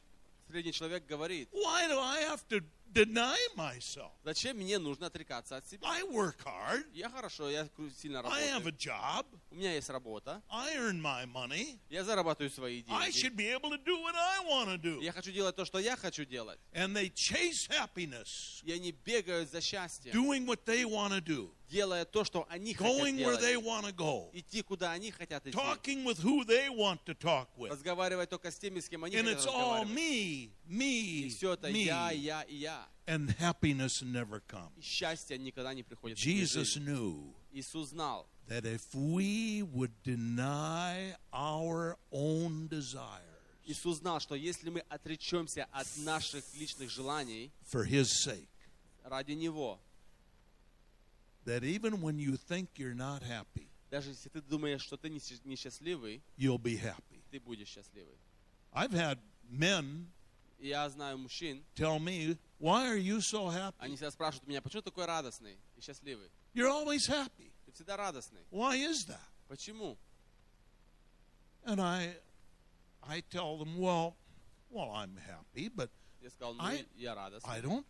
средний человек говорит, Why do I have to deny myself? зачем мне нужно отрекаться от себя? I work hard. Я хорошо, я кру- сильно I have a работаю. job. У меня есть работа. I earn my money. Я зарабатываю свои I деньги. should be able to do what I want to do. Я хочу делать то, что я хочу делать. And they chase happiness. И они бегают за счастьем, doing what they want to do, делая то, что они хотят going where they делать. want to go, Идти, куда они хотят идти. talking with who they want to talk with. разговаривать только с теми, с кем они And хотят it's all разговаривать. me, И me, все это me. я, я и я. And happiness never И comes. счастье никогда не приходит. в такие Jesus жизни. knew Иисус знал, that if we would deny our own desires Иисус знал, что если мы отречемся от наших личных желаний for His sake, ради Него, that even when you think you're not happy, даже если ты думаешь, что ты несч- несчастливый, you'll be happy. ты будешь счастливый. I've had men И я знаю мужчин, tell me, Why are you so они happy? всегда spрашивают меня, почему ты такой радостный и счастливый? You're always happy. Ты всегда радостный. Why is that? Почему? And I, I tell them, well, well, I'm happy, but Я сказал, ну, I- я радостный. I don't,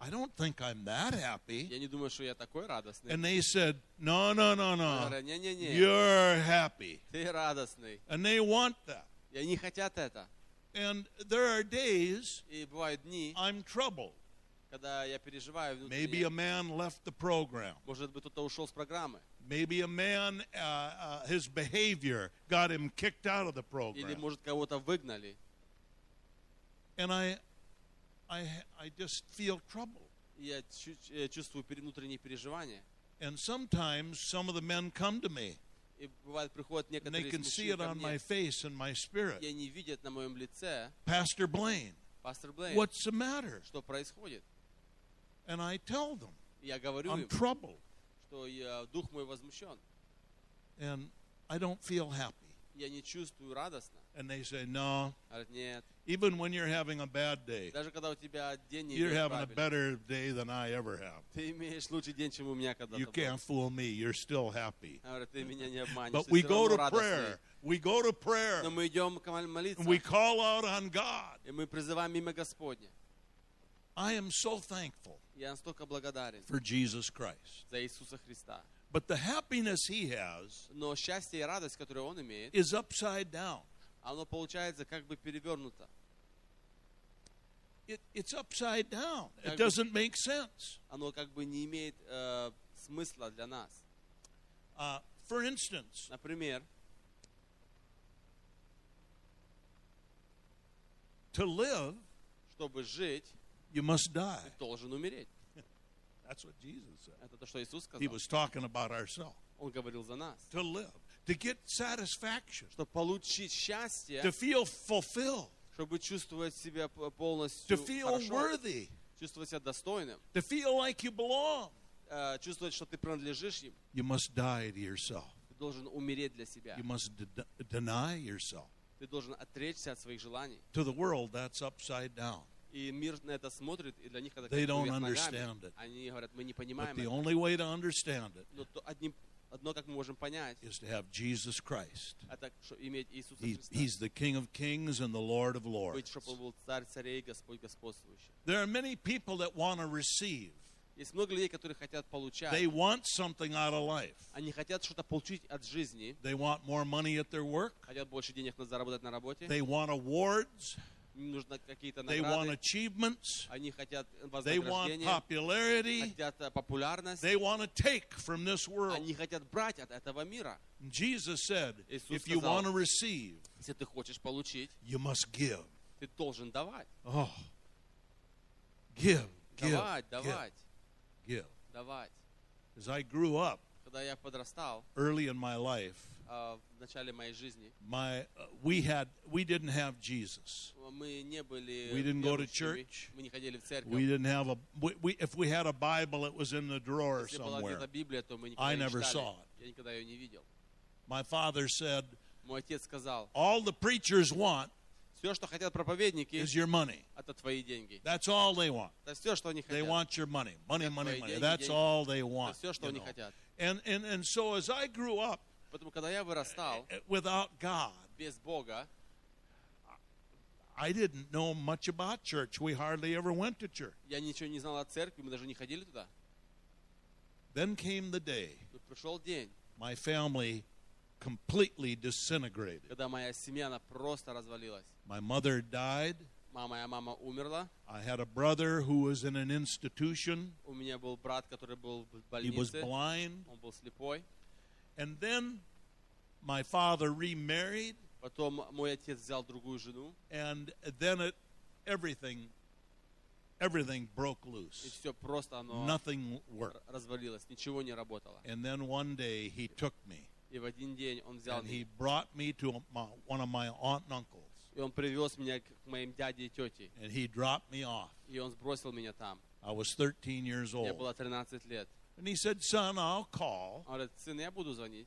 I don't think I'm that happy. Я не думаю, что я такой радостный. And they said, no, no, no, Я no, говорю, не-не-не, you're happy, ты радостный. and they want that. И они хотят это. And there are days И бывают дни, I'm troubled. когда я переживаю Maybe a внутренне. man left the program. Может быть, кто-то ушел с программы. Maybe a man, uh, uh, his behavior got him kicked out of the Или, program. может, кого-то выгнали. and I, I, I just feel troubled. Я чу- э, чувствую пере- внутренние переживания. And sometimes some of the men come to me, И бывает, приходят and they некоторые из can see мужчин it ко on my мне, face and my spirit. и они видят на моем лице, Pastor Blaine, пастор Блейн, what's the matter? что происходит. And I tell them, И Я говорю I'm им, troubled, что я, дух мой возмущен. and I don't feel happy. Я не чувствую радостно. And they say, No, Говорят, А, нет, even when you're having a bad day, даже когда у тебя день не you're идет having a правильно, better day than I ever have. ты имеешь лучший день, чем у меня You когда-то был. can't fool me. You're still happy. Она говорит, ты меня не обманешь. But ты we всё go равно to радостный». prayer. We go to prayer. Но мы идем к мол- молиться, And we call out on God. и мы призываем имя Господне. I am so thankful Я настолько благодарен for Jesus Christ. за Иисуса Христа. But the happiness he has Но счастье и радость, которую Он имеет, is upside down. оно получается как бы перевернуто. It, it's upside down. Как бы- It doesn't make sense. Оно как бы не имеет э, смысла для нас. Uh, for instance, Например, to live, чтобы жить, you must die. ты должен умереть. That's what Jesus said. Это то, что Иисус сказал. He was talking about ourselves. Он говорил за нас. To live, to get satisfaction, Чтобы получить счастье, to feel fulfilled, чтобы чувствовать себя п- to полностью feel хорошо, worthy, чувствовать себя достойным, to feel like you belong. э, чувствовать, что ты принадлежишь им, You must die to yourself. ты должен умереть для себя. You must de- deny yourself. Ты должен отречься от своих желаний. To the world, that's upside down. И мир на это смотрит, и для них это как They don't вверх ногами. understand it. Они говорят, мы не But понимаем the это». only way to understand it Но то одним, одно, как мы можем понять, is to have Jesus Christ. это что иметь Иисуса He, Христа. he's the King of Kings and the Lord of Быть, Lords. чтобы он был царь царей, Господь господствующий. There are many people that want to receive. Есть много людей, которые хотят получать. They want something out of life. Они хотят что-то получить от жизни, They want more money at their work. хотят больше денег на- заработать на работе, They want awards. им нужно какие-то They want награды, achievements. они хотят They want вознаграждения, popularity. хотят э, популярность, They want to take from this world. они хотят брать от этого мира. And Jesus said, Иисус if you сказал, want to receive, Если ты хочешь получить, you must give. ты должен давать, Oh, give, give, давать, give, давать, give. давать. As I grew up Когда я подрастал, early in my life, э, в начале моей жизни, my uh, we had we didn't have Jesus. мы не были We didn't go to верующими, church. мы не ходили в церковь. We didn't have a we, we if we had a Bible, it was in the drawer Если была somewhere. где-то Библия, то мы никогда I не never читали. saw it. Я никогда ее не видел. My father said, Мой отец сказал, "All the preachers want все, что хотят проповедники, is your money. это твои деньги. That's all they want. Это все, что они They хотят. want your money, money, money, твои money. деньги, That's деньги. all they это want." все, что you они know. хотят. And and and so as I grew up Поэтому, когда я вырастал uh, without God, без Бога, I didn't know much about church. We hardly ever went to church. я ничего не знал о церкви, мы даже не ходили туда. Then came the day Но пришел день, my family completely disintegrated. когда моя семья, она просто развалилась. My mother died. Мама, моя мама умерла. I had a brother who was in an institution. У меня был брат, который был в He was больнице. blind. Он был слепой. And then my father remarried, Потом мой отец взял другую жену, and then it, everything, everything broke и loose. все просто оно Nothing р- worked. развалилось, ничего не работало. And then one day he took me И в один день он взял and he меня, brought me to my, one of my aunt and uncles, и он привез меня к моим дяде и тете, and he dropped me off. и он сбросил меня там. I was 13 years Мне old. было 13 лет. And he said, Son, I'll call. Он говорит, сын, я буду звонить.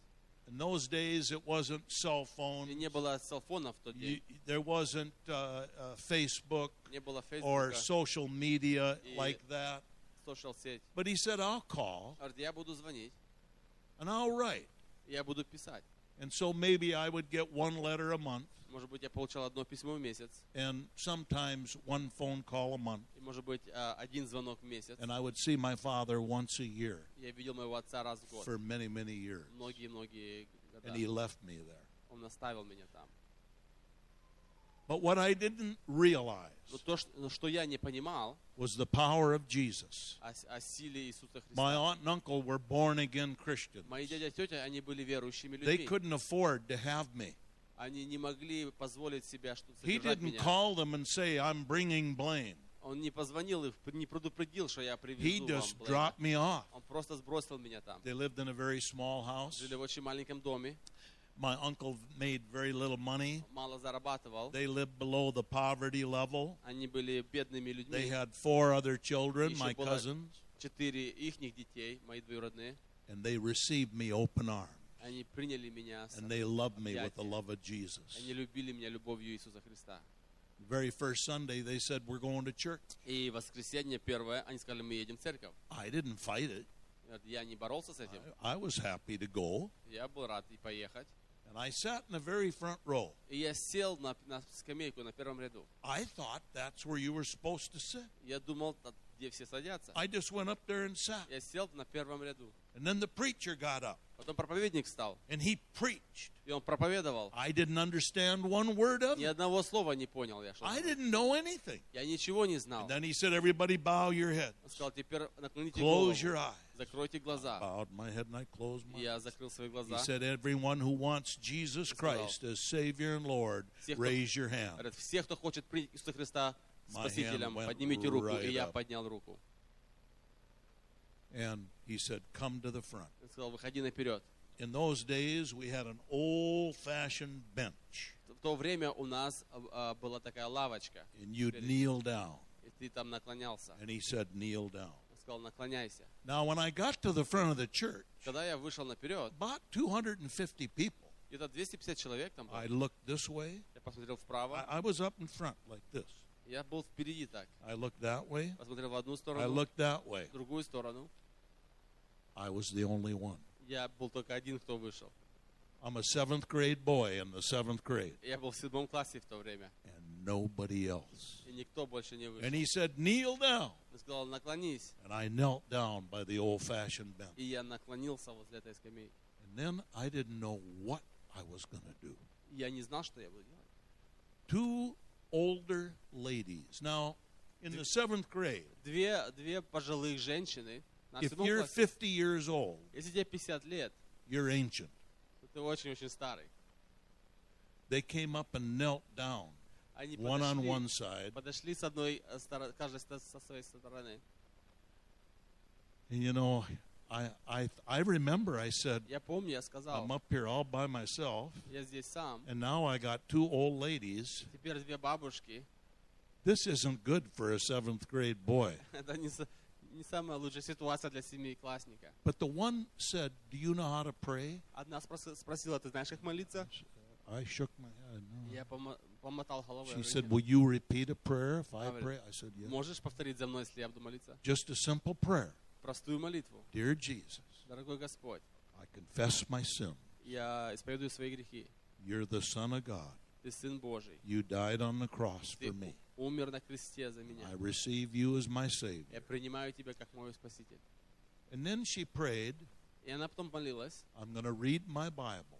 In those days, it wasn't cell И phone. не было селфона в тот You, день, there wasn't uh, uh, Facebook не было or Фейсбука, social media Yeah. like that. социал сеть. But he said, I'll call Он говорит, я буду звонить, and I'll write. и я буду писать. And so maybe I would get one letter a month Может быть, я получал одно письмо в месяц, and sometimes one phone call a month. и, может быть, э, один звонок в месяц. And I would see my father once a year Я видел моего отца раз в год, for many, many years. многие-многие года. And he left me there. Он оставил меня там. But what I didn't realize Но то, что, но что я не понимал was the power of Jesus. о, с- о силе Иисуса Христа, My aunt and uncle were born again Christians. мои дядя и тетя, они были верующими They людьми. couldn't afford to have me. Они не могли позволить себе что-то He содержать didn't меня. call them and say, I'm bringing blame. Он не позвонил и не предупредил, что я He привезу вам just племя. dropped me off. Он просто сбросил меня там. They lived in a very small house. Жили в очень маленьком доме, My uncle made very little money. мало зарабатывал. They lived below the poverty level. Они были бедными людьми. They had four other children, Еще my было cousins, четыре ихних детей, мои двоюродные. and they received me open arms. Они приняли меня. с- And they loved me with объятия. the love of Jesus. Они любили меня любовью Иисуса Христа. The very first Sunday, they said, We're going to church. И воскресенье первое, они сказали, мы едем в церковь. I didn't fight it. Я не боролся с этим. I was happy to go. Я был рад и поехать. And I sat in the very front row. И я сел на, на скамейку на первом ряду. I thought that's where you were supposed to sit. Я думал, «Та- где все садятся. I just went up there and sat. Я сел на первом ряду. And then the preacher got up Потом проповедник встал. and he preached. И он проповедовал. I didn't understand one word of Ни it. одного слова не понял я. Что I didn't know anything. я ничего не знал. Then he said, Everybody bow your head. Он сказал, теперь наклоните голову. Close your eyes. Закройте глаза. Bowed my head and I closed my Я закрыл свои He глаза. said, Everyone who wants Jesus Christ as Savior and Lord, Всех, кто- raise your hand. Говорит, все, кто хочет принять Иисуса Христа My hand Спасителем, went поднимите руку. И right я up. поднял руку. And he said, Come to the front. Он сказал, выходи наперед. In those days, we had an old fashioned bench, В то время у нас а, а, была такая лавочка. and you'd Very- kneel down. И ты там наклонялся. And he said, Kneel down. Он сказал, наклоняйся. Now, when I got to the front of the church, Когда я вышел наперед, about 250 people, где-то 250 человек там было. I looked this way. Я посмотрел вправо. I, I was up in front like this. Я был впереди так. I looked that way. Посмотрел в одну I сторону, looked that way. в другую сторону. I was the only one. Я был только один, кто вышел. I'm a seventh grade boy in the seventh grade, Я был в седьмом классе в то время. and nobody else. И никто больше не вышел. And he said, Kneel down. Он сказал, наклонись. And I knelt down by the old fashioned bench. И я наклонился возле этой скамейки. And then I didn't know what I was going to do. Я не знал, что я буду делать. Two older ladies. Now, in the seventh grade, Две, две пожилых женщины на if седьмом you're классе. 50 years old, Если тебе 50 лет, you're ancient. то ты очень-очень старый. They came up and knelt down, Они one on подошли, one side. подошли с одной э, стороны, каждый со со своей стороны. And you know, I, I, I remember I said, Я помню, я сказал, I'm up here all by myself, я здесь сам. and now I got two old ladies. Теперь две бабушки. This isn't good for a seventh grade boy. Это не, са- не самая лучшая ситуация для семиклассника. But the one said, Do you know how to pray? Одна спрос- спросила, ты знаешь, как молиться? I shook my head. No. Я помо- помотал головой. She говорю, said, «Нет». Will you repeat a prayer if I Она говорит, pray? I said, Yes. Можешь повторить за мной, если я буду молиться? Just a simple prayer. Простую молитву. Dear Jesus, Дорогой Господь, I confess my sin. я исповедую свои грехи. You're the Son of God. Ты Сын Божий. You died on the cross Ты for me. умер на кресте за меня. I receive you as my Savior. Я принимаю тебя как мой Спаситель. And then she prayed, И она потом молилась. I'm going to read my Bible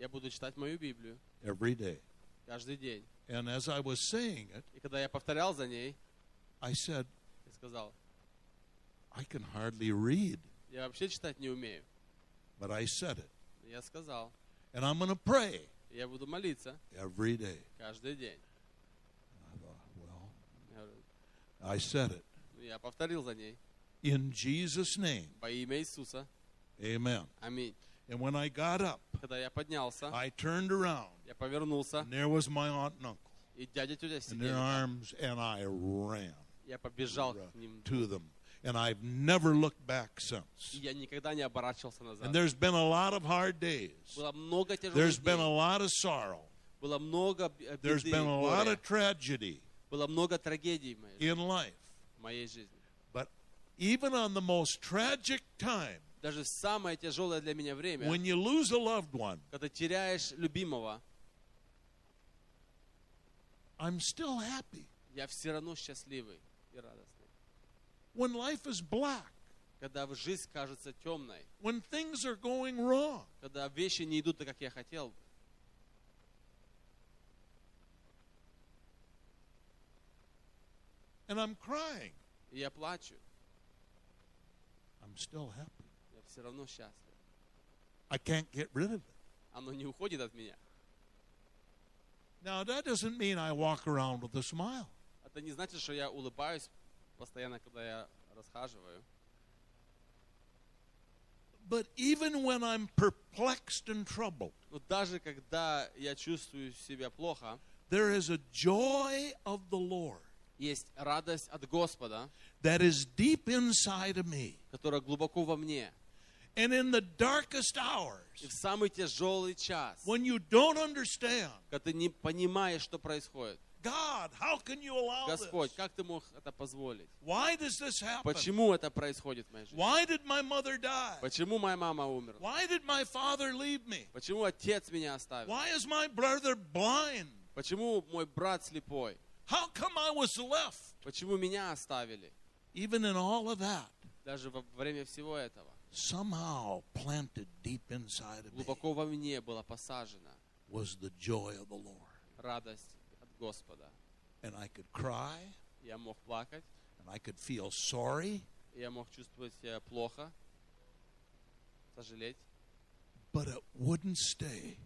Я буду читать мою Библию every day. каждый день. And as I was saying it, И когда я повторял за ней, I said, я сказал, I can hardly read, я вообще читать не умею. but I said it. Я сказал, And I'm going to pray я буду молиться every day. каждый день. I thought, well, Я говорю, I said it. «Ну, Я повторил за ней In Jesus' name, во имя Иисуса. amen. Аминь. And when I got up, Когда я поднялся, I turned around, я повернулся, and there was my aunt and uncle и дядя тетя in their сидели. там. arms, and I ran Я побежал к ним, to them. And I've never looked back и since. я никогда не оборачивался And назад. there's been a lot of hard days. Было много тяжелых There's been a дней, lot of sorrow. было много б- э, There's беды, и been a lot горя, of tragedy было много трагедий в моей, жи- in life. в моей жизни. But even on the most tragic time, Даже самое тяжелое для меня время, when you lose a loved one, когда теряешь любимого, I'm still happy. я все равно счастливый и радостный. When life is black, Когда в- жизнь кажется темной, when things are going wrong, когда вещи не идут так, как я хотел бы, and I'm crying, и я плачу, I'm still happy. я все равно счастлив. I can't get rid of it. Оно не уходит от меня. Now, that doesn't mean I walk around with a smile. Это не значит, что я улыбаюсь постоянно, когда я расхаживаю. But even when I'm perplexed and troubled, Но даже когда я чувствую себя плохо, there is a joy of the Lord есть радость от Господа, that is deep inside of me. которая глубоко во мне. And in the darkest hours, И в самый тяжелый час, when you don't understand, когда ты не понимаешь, что происходит, God, how can you allow Господь, this? как ты мог это позволить? Why does this happen? Почему это происходит в моей жизни? Why did my mother die? Почему моя мама умерла? Why did my father leave me? Почему отец меня оставил? Why is my brother blind? Почему мой брат слепой? How come I was left? Почему меня оставили? Even in all of that, Даже во время всего этого somehow planted deep inside of me глубоко во мне была посажена was the joy of the Lord. радость от Господа. And I could cry, Я мог плакать, and I could feel sorry, я мог чувствовать себя плохо, сожалеть, but it wouldn't stay.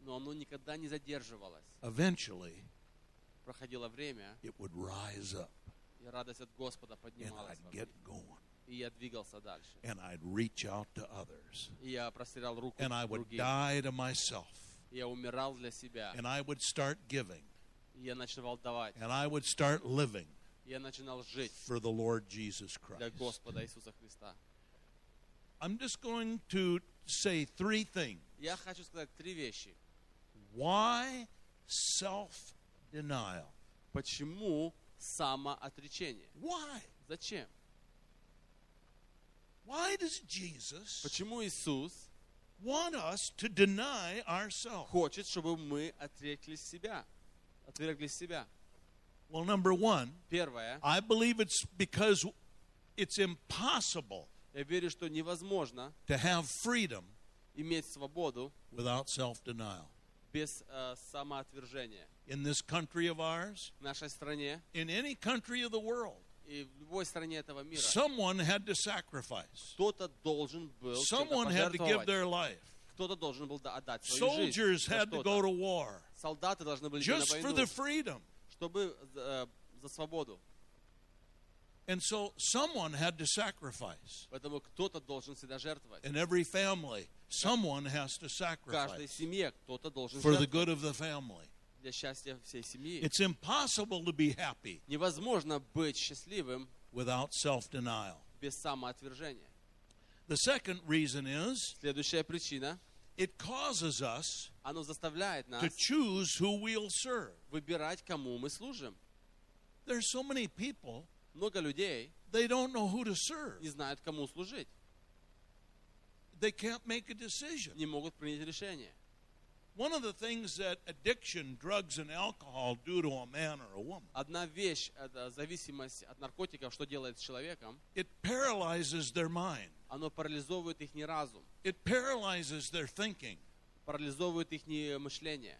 но оно никогда не задерживалось. Eventually, Проходило время, it would rise up, и радость от Господа and поднималась. во I'd мне. get going, И я двигался дальше. and I'd reach out to others, И я простирал руку and I would другим. die to myself, И Я умирал для себя. and I would start giving, И Я начинал давать. and I would start living И Я начинал жить for the Lord Jesus для Christ. Господа Иисуса Христа. I'm just going to say three things. Я хочу сказать три вещи. Why self denial? Почему самоотречение? Why? Зачем? Why does Jesus Почему Иисус want us to deny ourselves? хочет, чтобы мы отреклись себя? Отвергли себя. Well, number one, Первое. I believe it's because it's impossible Я верю, что невозможно to have freedom иметь свободу without self denial. без э, самоотвержения. In this country of ours, В нашей стране in any country of the world, и в любой стране этого мира someone had to sacrifice, кто-то должен был чем-то someone had to give пожертвовать. their life. Кто-то должен был да- отдать свою Soldiers жизнь за had to что-то. go to war Солдаты должны были идти на just for the войну, freedom. чтобы э, за свободу. And so someone had to sacrifice. Поэтому кто-то должен всегда жертвовать. In every family, someone has to В каждой sacrifice семье кто-то должен for the жертвовать good of the family. для счастья всей семьи. It's impossible to be happy Невозможно быть счастливым without self denial. без самоотвержения. The second reason is Следующая причина. it causes us Оно заставляет нас to choose who we'll serve. выбирать, кому мы служим. There's so many people, Много людей they don't know who to serve. не знают, кому служить. They can't make a decision. Не могут принять решение. One of the things that addiction, drugs, and alcohol do to a man or a woman, Одна вещь, это зависимость от наркотиков, что делает с человеком, it paralyzes their mind, оно парализовывает их разум, it paralyzes their thinking. парализовывает их мышление.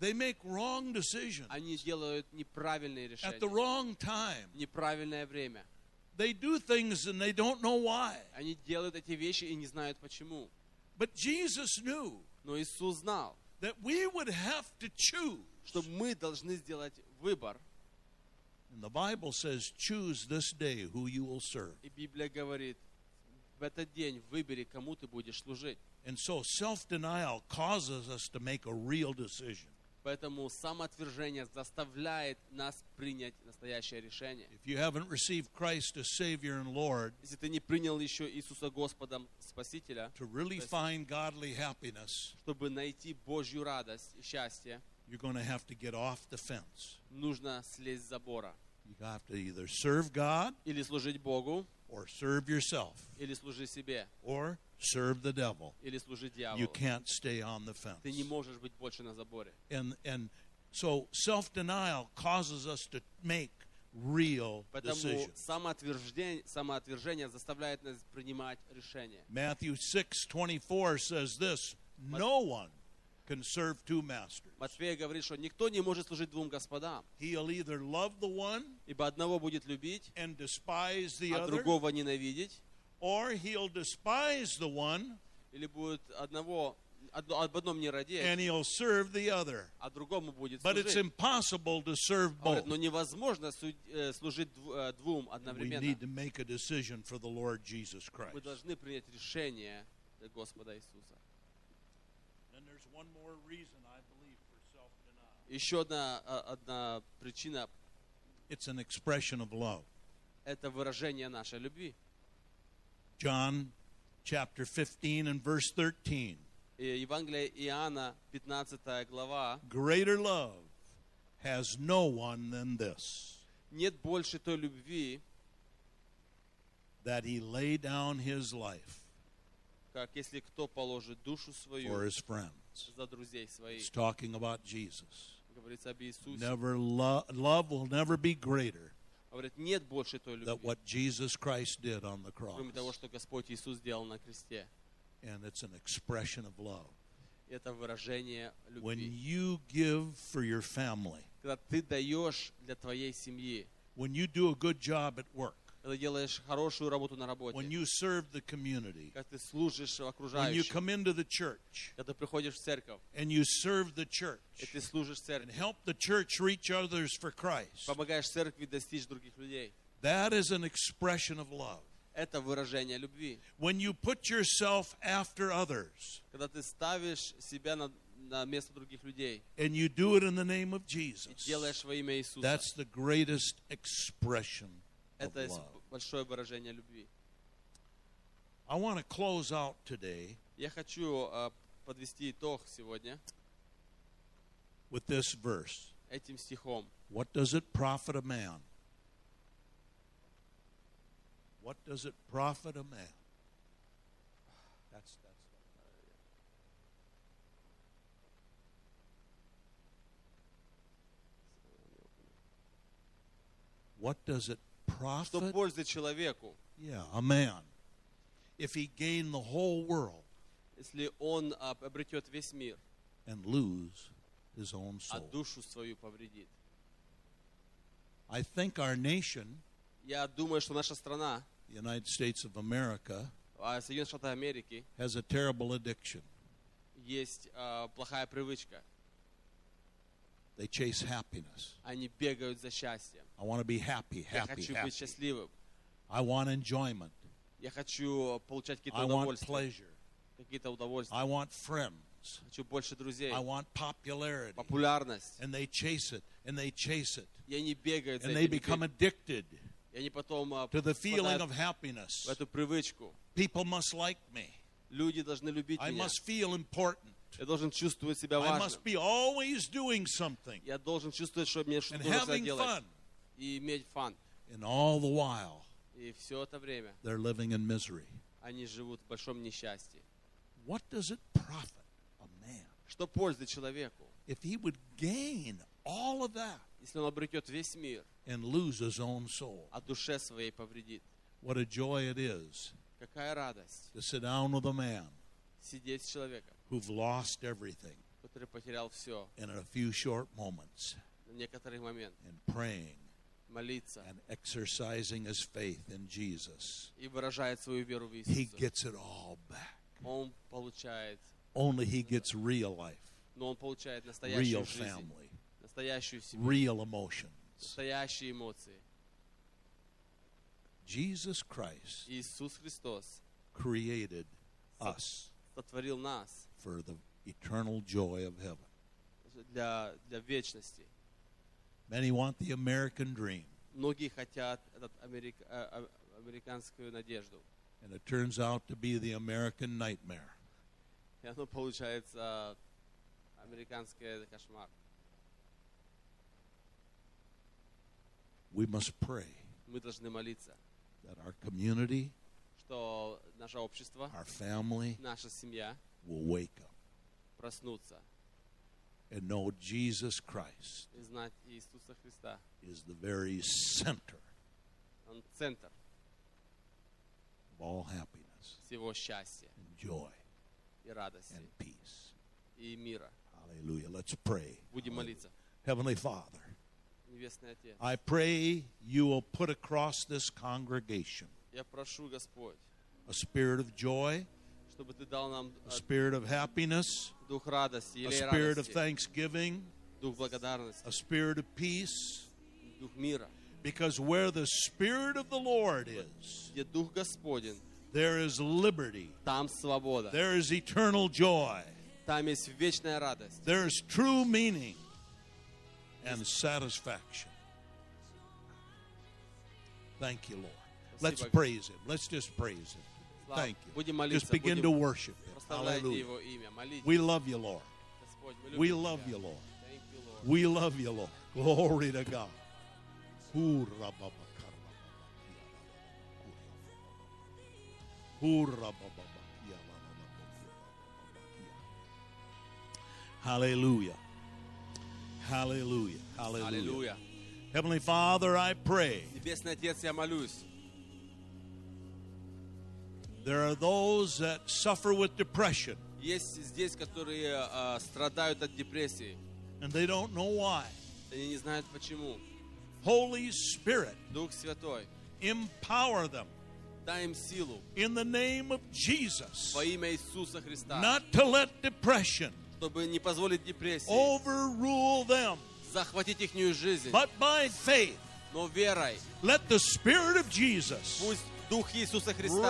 They make wrong decisions Они делают неправильные at the решения, wrong time. в неправильное время. They do things and they don't know why. Они делают эти вещи и не знают почему. But Jesus knew Но Иисус знал, that we would have to choose. что мы должны сделать выбор. And the Bible says, choose this day who you will serve. И Библия говорит, в этот день выбери, кому ты будешь служить. And so self denial causes us to make a real decision. Поэтому самоотвержение заставляет нас принять настоящее решение. If you haven't received Christ as Savior and Lord, Если ты не принял еще Иисуса Господом Спасителя, to really find godly happiness, чтобы найти Божью радость и счастье, you're going to have to get off the fence. нужно слезть с забора. You have to either serve God Или служить Богу, or serve yourself или служи себе, or serve the devil. или служи You дьяволу. can't stay on the fence. Ты не можешь быть больше на заборе. And and so self-denial causes us to make real Поэтому decisions. самоотверждение, самоотвержение заставляет нас принимать решения. Matthew 6:24 says this, no one can serve two masters. Матфея говорит, что никто не может служить двум господам, He'll either love the one ибо одного будет любить, and despise the а other, другого ненавидеть, or he'll despise the one или будет одного одно- об одном не ради, and he'll serve the other. а другому будет But it's Oh, служить. impossible to serve Он говорит, both. но невозможно су- э, служить дву- э, двум We одновременно. need to make a decision for the Lord Jesus Christ. Мы должны принять решение для Господа Иисуса. And there's one more reason I believe for self denial. Еще одна, а, одна причина It's an expression of love. – это выражение нашей любви. John chapter 15 and verse 13. И Евангелие Иоанна, 15 глава. Greater love has no one than this Нет больше той любви, that he lay down his life как если кто положит душу for свою his friend. за друзей It's своих. talking about Jesus. Говорится об Иисусе. Never lo- love will never be greater Говорит, нет больше той than любви, what Jesus Christ did on the cross. кроме того, что Господь Иисус сделал на кресте. And it's an expression of love. Это выражение When любви. you give for your family, Когда ты даешь для твоей семьи, when you do a good job at work, когда делаешь хорошую работу на when работе, you serve the community, как ты служишь when you окружающим, come into the church когда ты приходишь в церковь, and you serve the church и ты служишь and церкви, help the church reach others for Christ, помогаешь церкви достичь других людей. that is an expression of love. Это выражение любви. When you put yourself after others Когда ты ставишь себя на, на место других людей and you do it in the name of и Jesus, делаешь во имя Иисуса, that's the greatest expression of это love. большое выражение любви. I want to close out today Я хочу э, подвести итог сегодня with this verse. этим стихом. What does it profit a man? What does it profit a man? That's that's. What does it Что profit? пользы человеку, Yeah, a man. If he gain the whole world если он а, обретет весь мир, and lose his own а soul. душу свою повредит? I think our nation, Я думаю, что наша страна, the United States of America, а, Соединенные Штаты Америки, has a terrible addiction. есть а, плохая привычка. They chase happiness. Они бегают за счастьем. I want to be happy, Я happy, хочу happy. быть счастливым. I want enjoyment. Я хочу получать какие-то I want удовольствия. pleasure. Какие-то удовольствия. I want friends. Хочу больше друзей. I want popularity. Популярность. And they chase it, and they chase it, И они бегают за and they этим, become бегают. addicted И они потом а, to the feeling попадают of happiness. в эту привычку. People must like me. Люди должны любить I меня. must feel important. Я должен чувствовать себя I важным. must be always doing something Я должен чувствовать, что мне and что-то нужно having делать. fun. И иметь фан. And all the while, И все это время they're living in misery. они живут в большом несчастье. What does it profit a man Что пользы человеку, if he would gain all of that если он обретет весь мир, and lose his own soul? а душе своей повредит? What a joy it is Какая радость to sit down with a man сидеть с человеком, who've lost everything который потерял все in a few short moments на некоторый момент, and praying молиться and exercising his faith in Jesus. и выражает свою веру в He Иисуса. gets it all back. Он получает, Only he gets real life, но он получает real настоящую жизнь, family, настоящую семью, real emotions. настоящие эмоции. Jesus Christ Иисус Христос created us сотворил нас for the eternal joy of heaven. для, для вечности. Many want the American dream, Многие хотят этот америк- а- а- американскую надежду. and it turns out to be the American nightmare. И оно получается американский кошмар. We must pray Мы должны молиться, that our community, что наше общество, our family наша семья will wake up проснутся and know Jesus Christ и знать Иисуса Христа. is the very center Он центр of all happiness всего счастья and joy и радости and peace. и мира. Hallelujah. Let's pray. Будем Hallelujah. молиться. Heavenly Father, Небесный Отец, I pray you will put across this congregation я прошу, Господь, a spirit of joy, чтобы Ты дал нам э, a spirit of happiness, дух радости a или spirit of радости, thanksgiving, дух благодарности, a spirit of peace. дух мира. Because where the Spirit of the Lord is, Где Дух Господен, there is liberty, там свобода, there is eternal joy, там есть вечная радость, there is true meaning and satisfaction. Thank you, Lord. Let's Спасибо. praise Him. Let's just praise Him. Слава. Thank Будем you. молиться, Just begin будем to worship Him. прославлять Hallelujah. Его имя, молитесь. We love you, Lord. Господь, мы We любим love Тебя. you, Lord. Thank you, Lord. We love you, Lord. Glory to God. Hallelujah. Hallelujah. Hallelujah. Аллилуйя. Heavenly Father, I pray Небесный Отец, я молюсь. there are those that suffer with depression Есть здесь, которые а, страдают от депрессии. and they don't know why. Они не знают почему. Holy Spirit, Дух Святой, empower them дай им силу in the name of Jesus во имя Иисуса Христа, not to let depression чтобы не позволить депрессии overrule them, захватить ихнюю жизнь. but by faith, Но верой let the Spirit of Jesus пусть Дух Иисуса Христа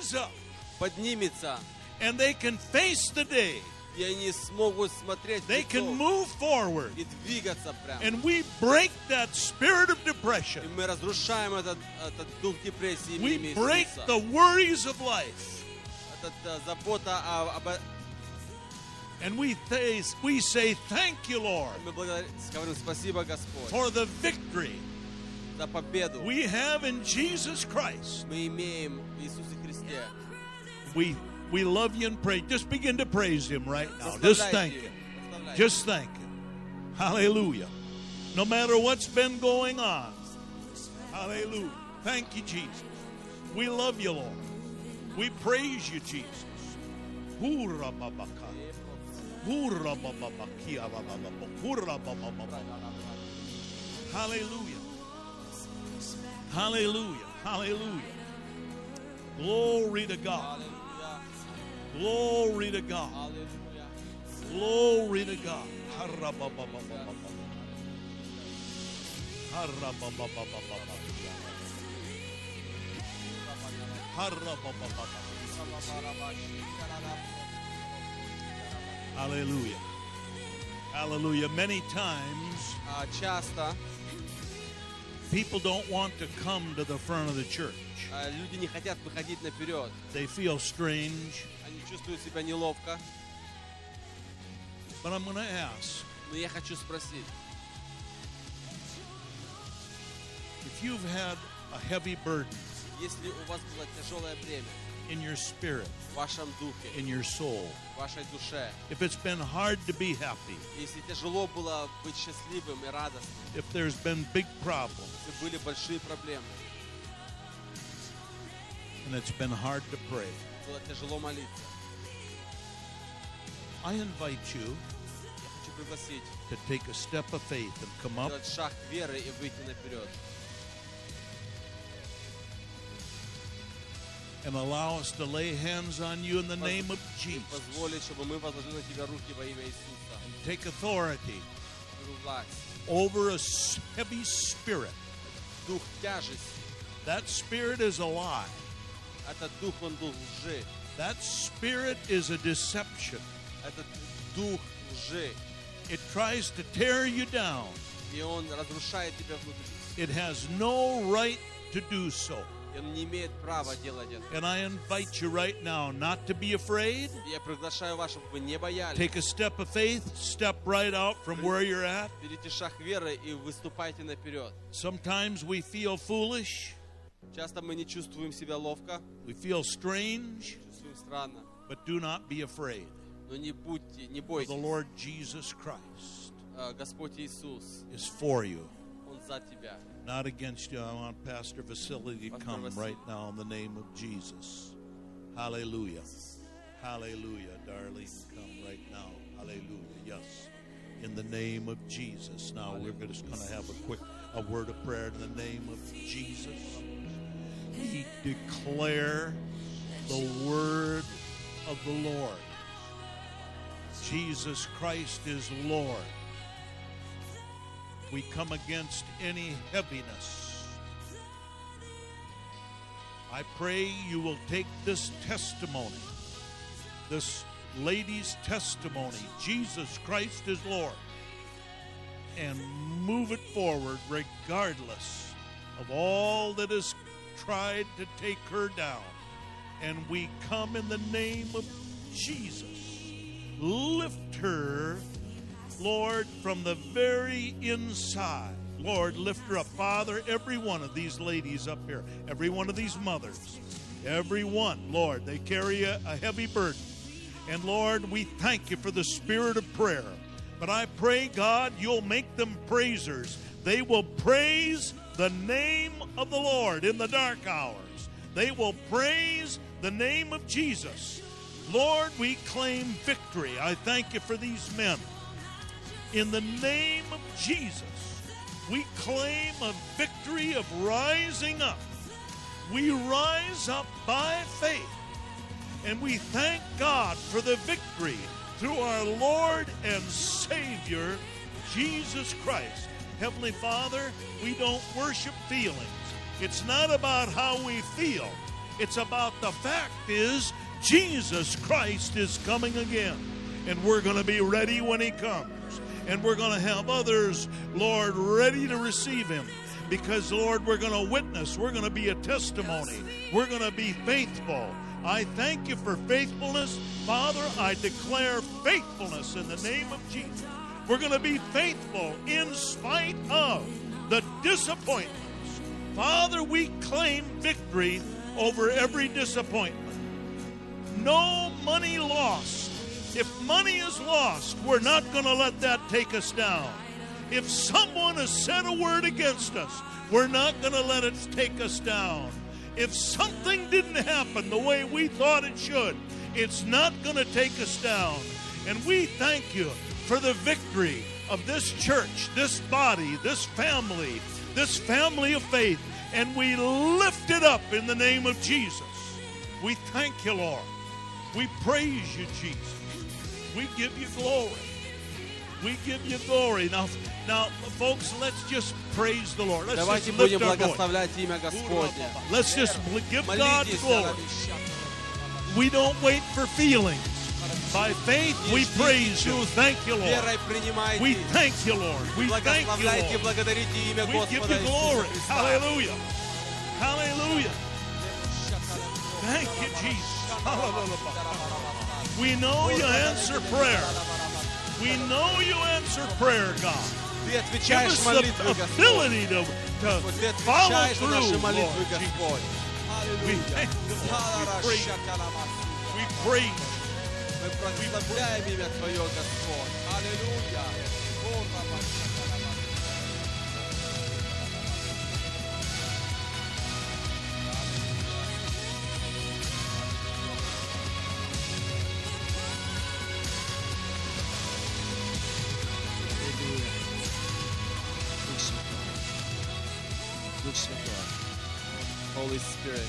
rise up поднимется, and they can face the day. и они смогут смотреть в They лицо can move forward. и двигаться прямо. And we break that spirit of И depression. мы разрушаем этот, этот дух депрессии в имя We break Иисуса. the worries of life. Этот, э, забота о- обо- And we, th- we say, Thank you, Lord, Мы благодарим, говорим спасибо, Господь, for the victory за победу. we have in Jesus Christ. Мы имеем в Иисусе Христе. We, we love you and pray. Just begin to praise Him right now. Just thank Прославляйте Him. Его, прославляйте. Just thank Him. Hallelujah. No matter what's been going on. Hallelujah. Thank you, Jesus. We love you, Lord. We praise you, Jesus. Hurra babaka. Hurra bababakia babababo. Hurra babababo. Hallelujah. Hallelujah. Hallelujah. Glory to God. Glory to God. Glory to God. Harababababababa. Harababababababa. Harababababa. Hallelujah. Hallelujah. Many times А, Часто people don't want to come to the front of the church. а, люди не хотят выходить наперед. They feel strange, Они чувствуют себя неловко. but I'm going to ask Но я хочу спросить, if you've had a heavy burden если у вас было тяжелое время in your spirit, в вашем духе, in your soul, в вашей душе, if it's been hard to be happy, если тяжело было быть счастливым и радостным, if there's been big problems, если были большие проблемы, and it's been hard to pray, было тяжело молиться, I invite you я хочу пригласить to take a step of faith and come up сделать шаг веры и выйти наперед. and allow us to lay hands on you in the name of И Jesus. позволить, чтобы мы возложили на тебя руки во имя Иисуса. Take authority Беру власть. over a s- heavy spirit. Дух тяжести, That spirit is a lie. этот дух, он дух лжи. That spirit is a deception. Этот дух лжи. It tries to tear you down. И он разрушает тебя внутри. It has no right to do so. И он не имеет права делать это. And I invite you right now not to be afraid. И Я приглашаю вас, чтобы вы не боялись. Take a step of faith, step right out from where you're at. Берите шаг веры и выступайте наперед. Sometimes we feel foolish, Часто мы не чувствуем себя ловко, we feel strange, чувствуем странно. but do not be afraid Но не будьте, не for the бойтесь. Lord Jesus Christ Э, Господь Иисус, is for you, Он за тебя. not against you. I want Pastor Vasily to Pastor come Vasily. right now in the name of Jesus. Hallelujah. Hallelujah, darling. Come right now. Hallelujah. Yes. In the name of Jesus. Now we're just going to have a quick a word of prayer in the name of Jesus. We declare the word of the Lord. Jesus Christ is Lord. We come against any heaviness. I pray you will take this testimony, this lady's testimony, Jesus Christ is Lord, and move it forward regardless of all that has tried to take her down. And we come in the name of Jesus. Lift her, Lord, from the very inside. Lord, lift her up. Father, every one of these ladies up here, every one of these mothers, every one, Lord, they carry a, a heavy burden. And Lord, we thank you for the spirit of prayer. But I pray, God, you'll make them praisers. They will praise the name of the Lord in the dark hours. They will praise the name of Jesus. Lord, we claim victory. I thank you for these men. In the name of Jesus, we claim a victory of rising up. We rise up by faith. And we thank God for the victory through our Lord and Savior, Jesus Christ. Heavenly Father, we don't worship feelings. It's not about how we feel. It's about the fact is Jesus Christ is coming again. And we're going to be ready when he comes. And we're going to have others, Lord, ready to receive him. Because, Lord, we're going to witness. We're going to be a testimony. We're going to be faithful. I thank you for faithfulness. Father, I declare faithfulness in the name of Jesus. We're going to be faithful in spite of the disappointments. Father, we claim victory over every disappointment. No money lost. If money is lost, we're not going to let that take us down. If someone has said a word against us, we're not going to let it take us down. If something didn't happen the way we thought it should, it's not going to take us down. And we thank you for the victory of this church, this body, this family, this family of faith. And we lift it up in the name of Jesus. We thank you, Lord. We praise you, Jesus. We give you glory. We give you glory. Now, now, folks, let's just praise the Lord. Let's Давайте just будем lift our voice. благословлять имя Господне. Let's just bl- give God Молитесь, glory. We don't wait for feelings. By faith, we praise you. Thank you, Lord. Верой принимайте. We thank you, Lord. We thank Благословляйте и you, Lord. благодарите имя We give Господа you glory. Иисуса Христа. Hallelujah. Hallelujah. Thank you, Jesus. Hallelujah. We know you answer prayer. We know you answer prayer, God. Ты Give отвечаешь us the молитвы, Господь. ability to, to Вот Ты follow отвечаешь на наши through, Lord молитвы, Jesus. Господь. We Аллилуйя. thank you, Lord. We praise you. We praise you. Мы прославляем имя Твое, Господь. Аллилуйя. О, Раба, Шакалаба. Аллилуйя. Дух Святой. Дух Святой. Holy Spirit,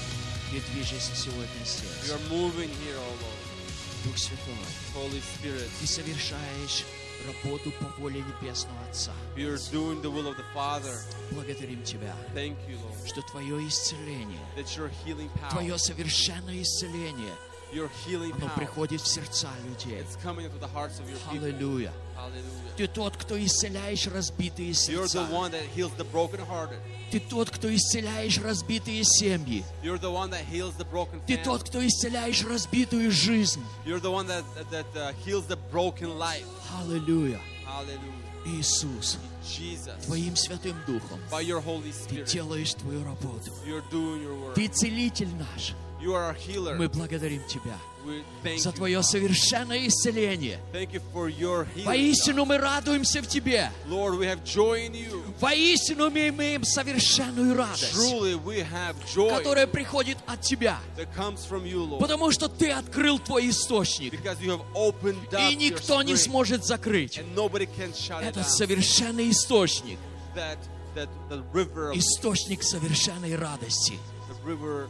Ты движешься сегодня здесь. you are moving here, O Lord. Дух Святой. Holy Spirit, Ты совершаешь работу по воле Небесного Отца. you are doing the will of the Father. Благодарим Тебя, Thank you, Lord, что Твое исцеление, that your healing power, Твое совершенное исцеление, your healing оно power, приходит в сердца людей. it's coming into the hearts of your people. Аллилуйя. Hallelujah. Ты тот, кто исцеляешь разбитые You're the сердца. one that heals the brokenhearted. Ты тот, кто исцеляешь разбитые семьи. You're the one that heals the broken Ты family. тот, кто исцеляешь разбитую жизнь. You're the one that, that uh, heals the broken life. Аллилуйя. Hallelujah. Иисус, Jesus, Твоим Святым Духом by your Holy Ты Spirit, делаешь Твою работу. you're doing your work. Ты целитель наш. You are our healer. Мы благодарим Тебя We thank за you. Твое совершенное исцеление. Thank you for your healing. Воистину мы радуемся в Тебе. God. Lord, we have joy in you. Воистину мы имеем совершенную радость, Truly, we have joy которая приходит от Тебя. that comes from you, Lord, Потому что Ты открыл Твой источник, because you have opened up и your никто не spring, сможет закрыть. and nobody can shut it Это down. совершенный источник, That that the river of источник совершенной радости. the river of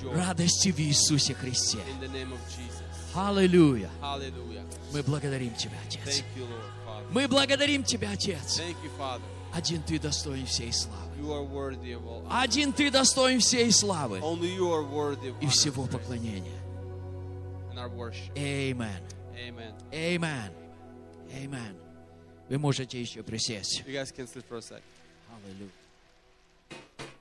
joy радости в Иисусе Христе. in the name of Jesus. Аллилуйя. Hallelujah. Мы благодарим Тебя, Отец. Thank you, Lord, Father. Мы благодарим Тебя, Отец. Thank you, Father. Один Ты достоин всей славы. You are worthy of all. Один Ты достоин всей славы Only you are worthy of и honor всего поклонения. and our worship. Amen. Amen. Amen. Amen. Вы можете еще присесть. You guys can sit for a sec. Hallelujah.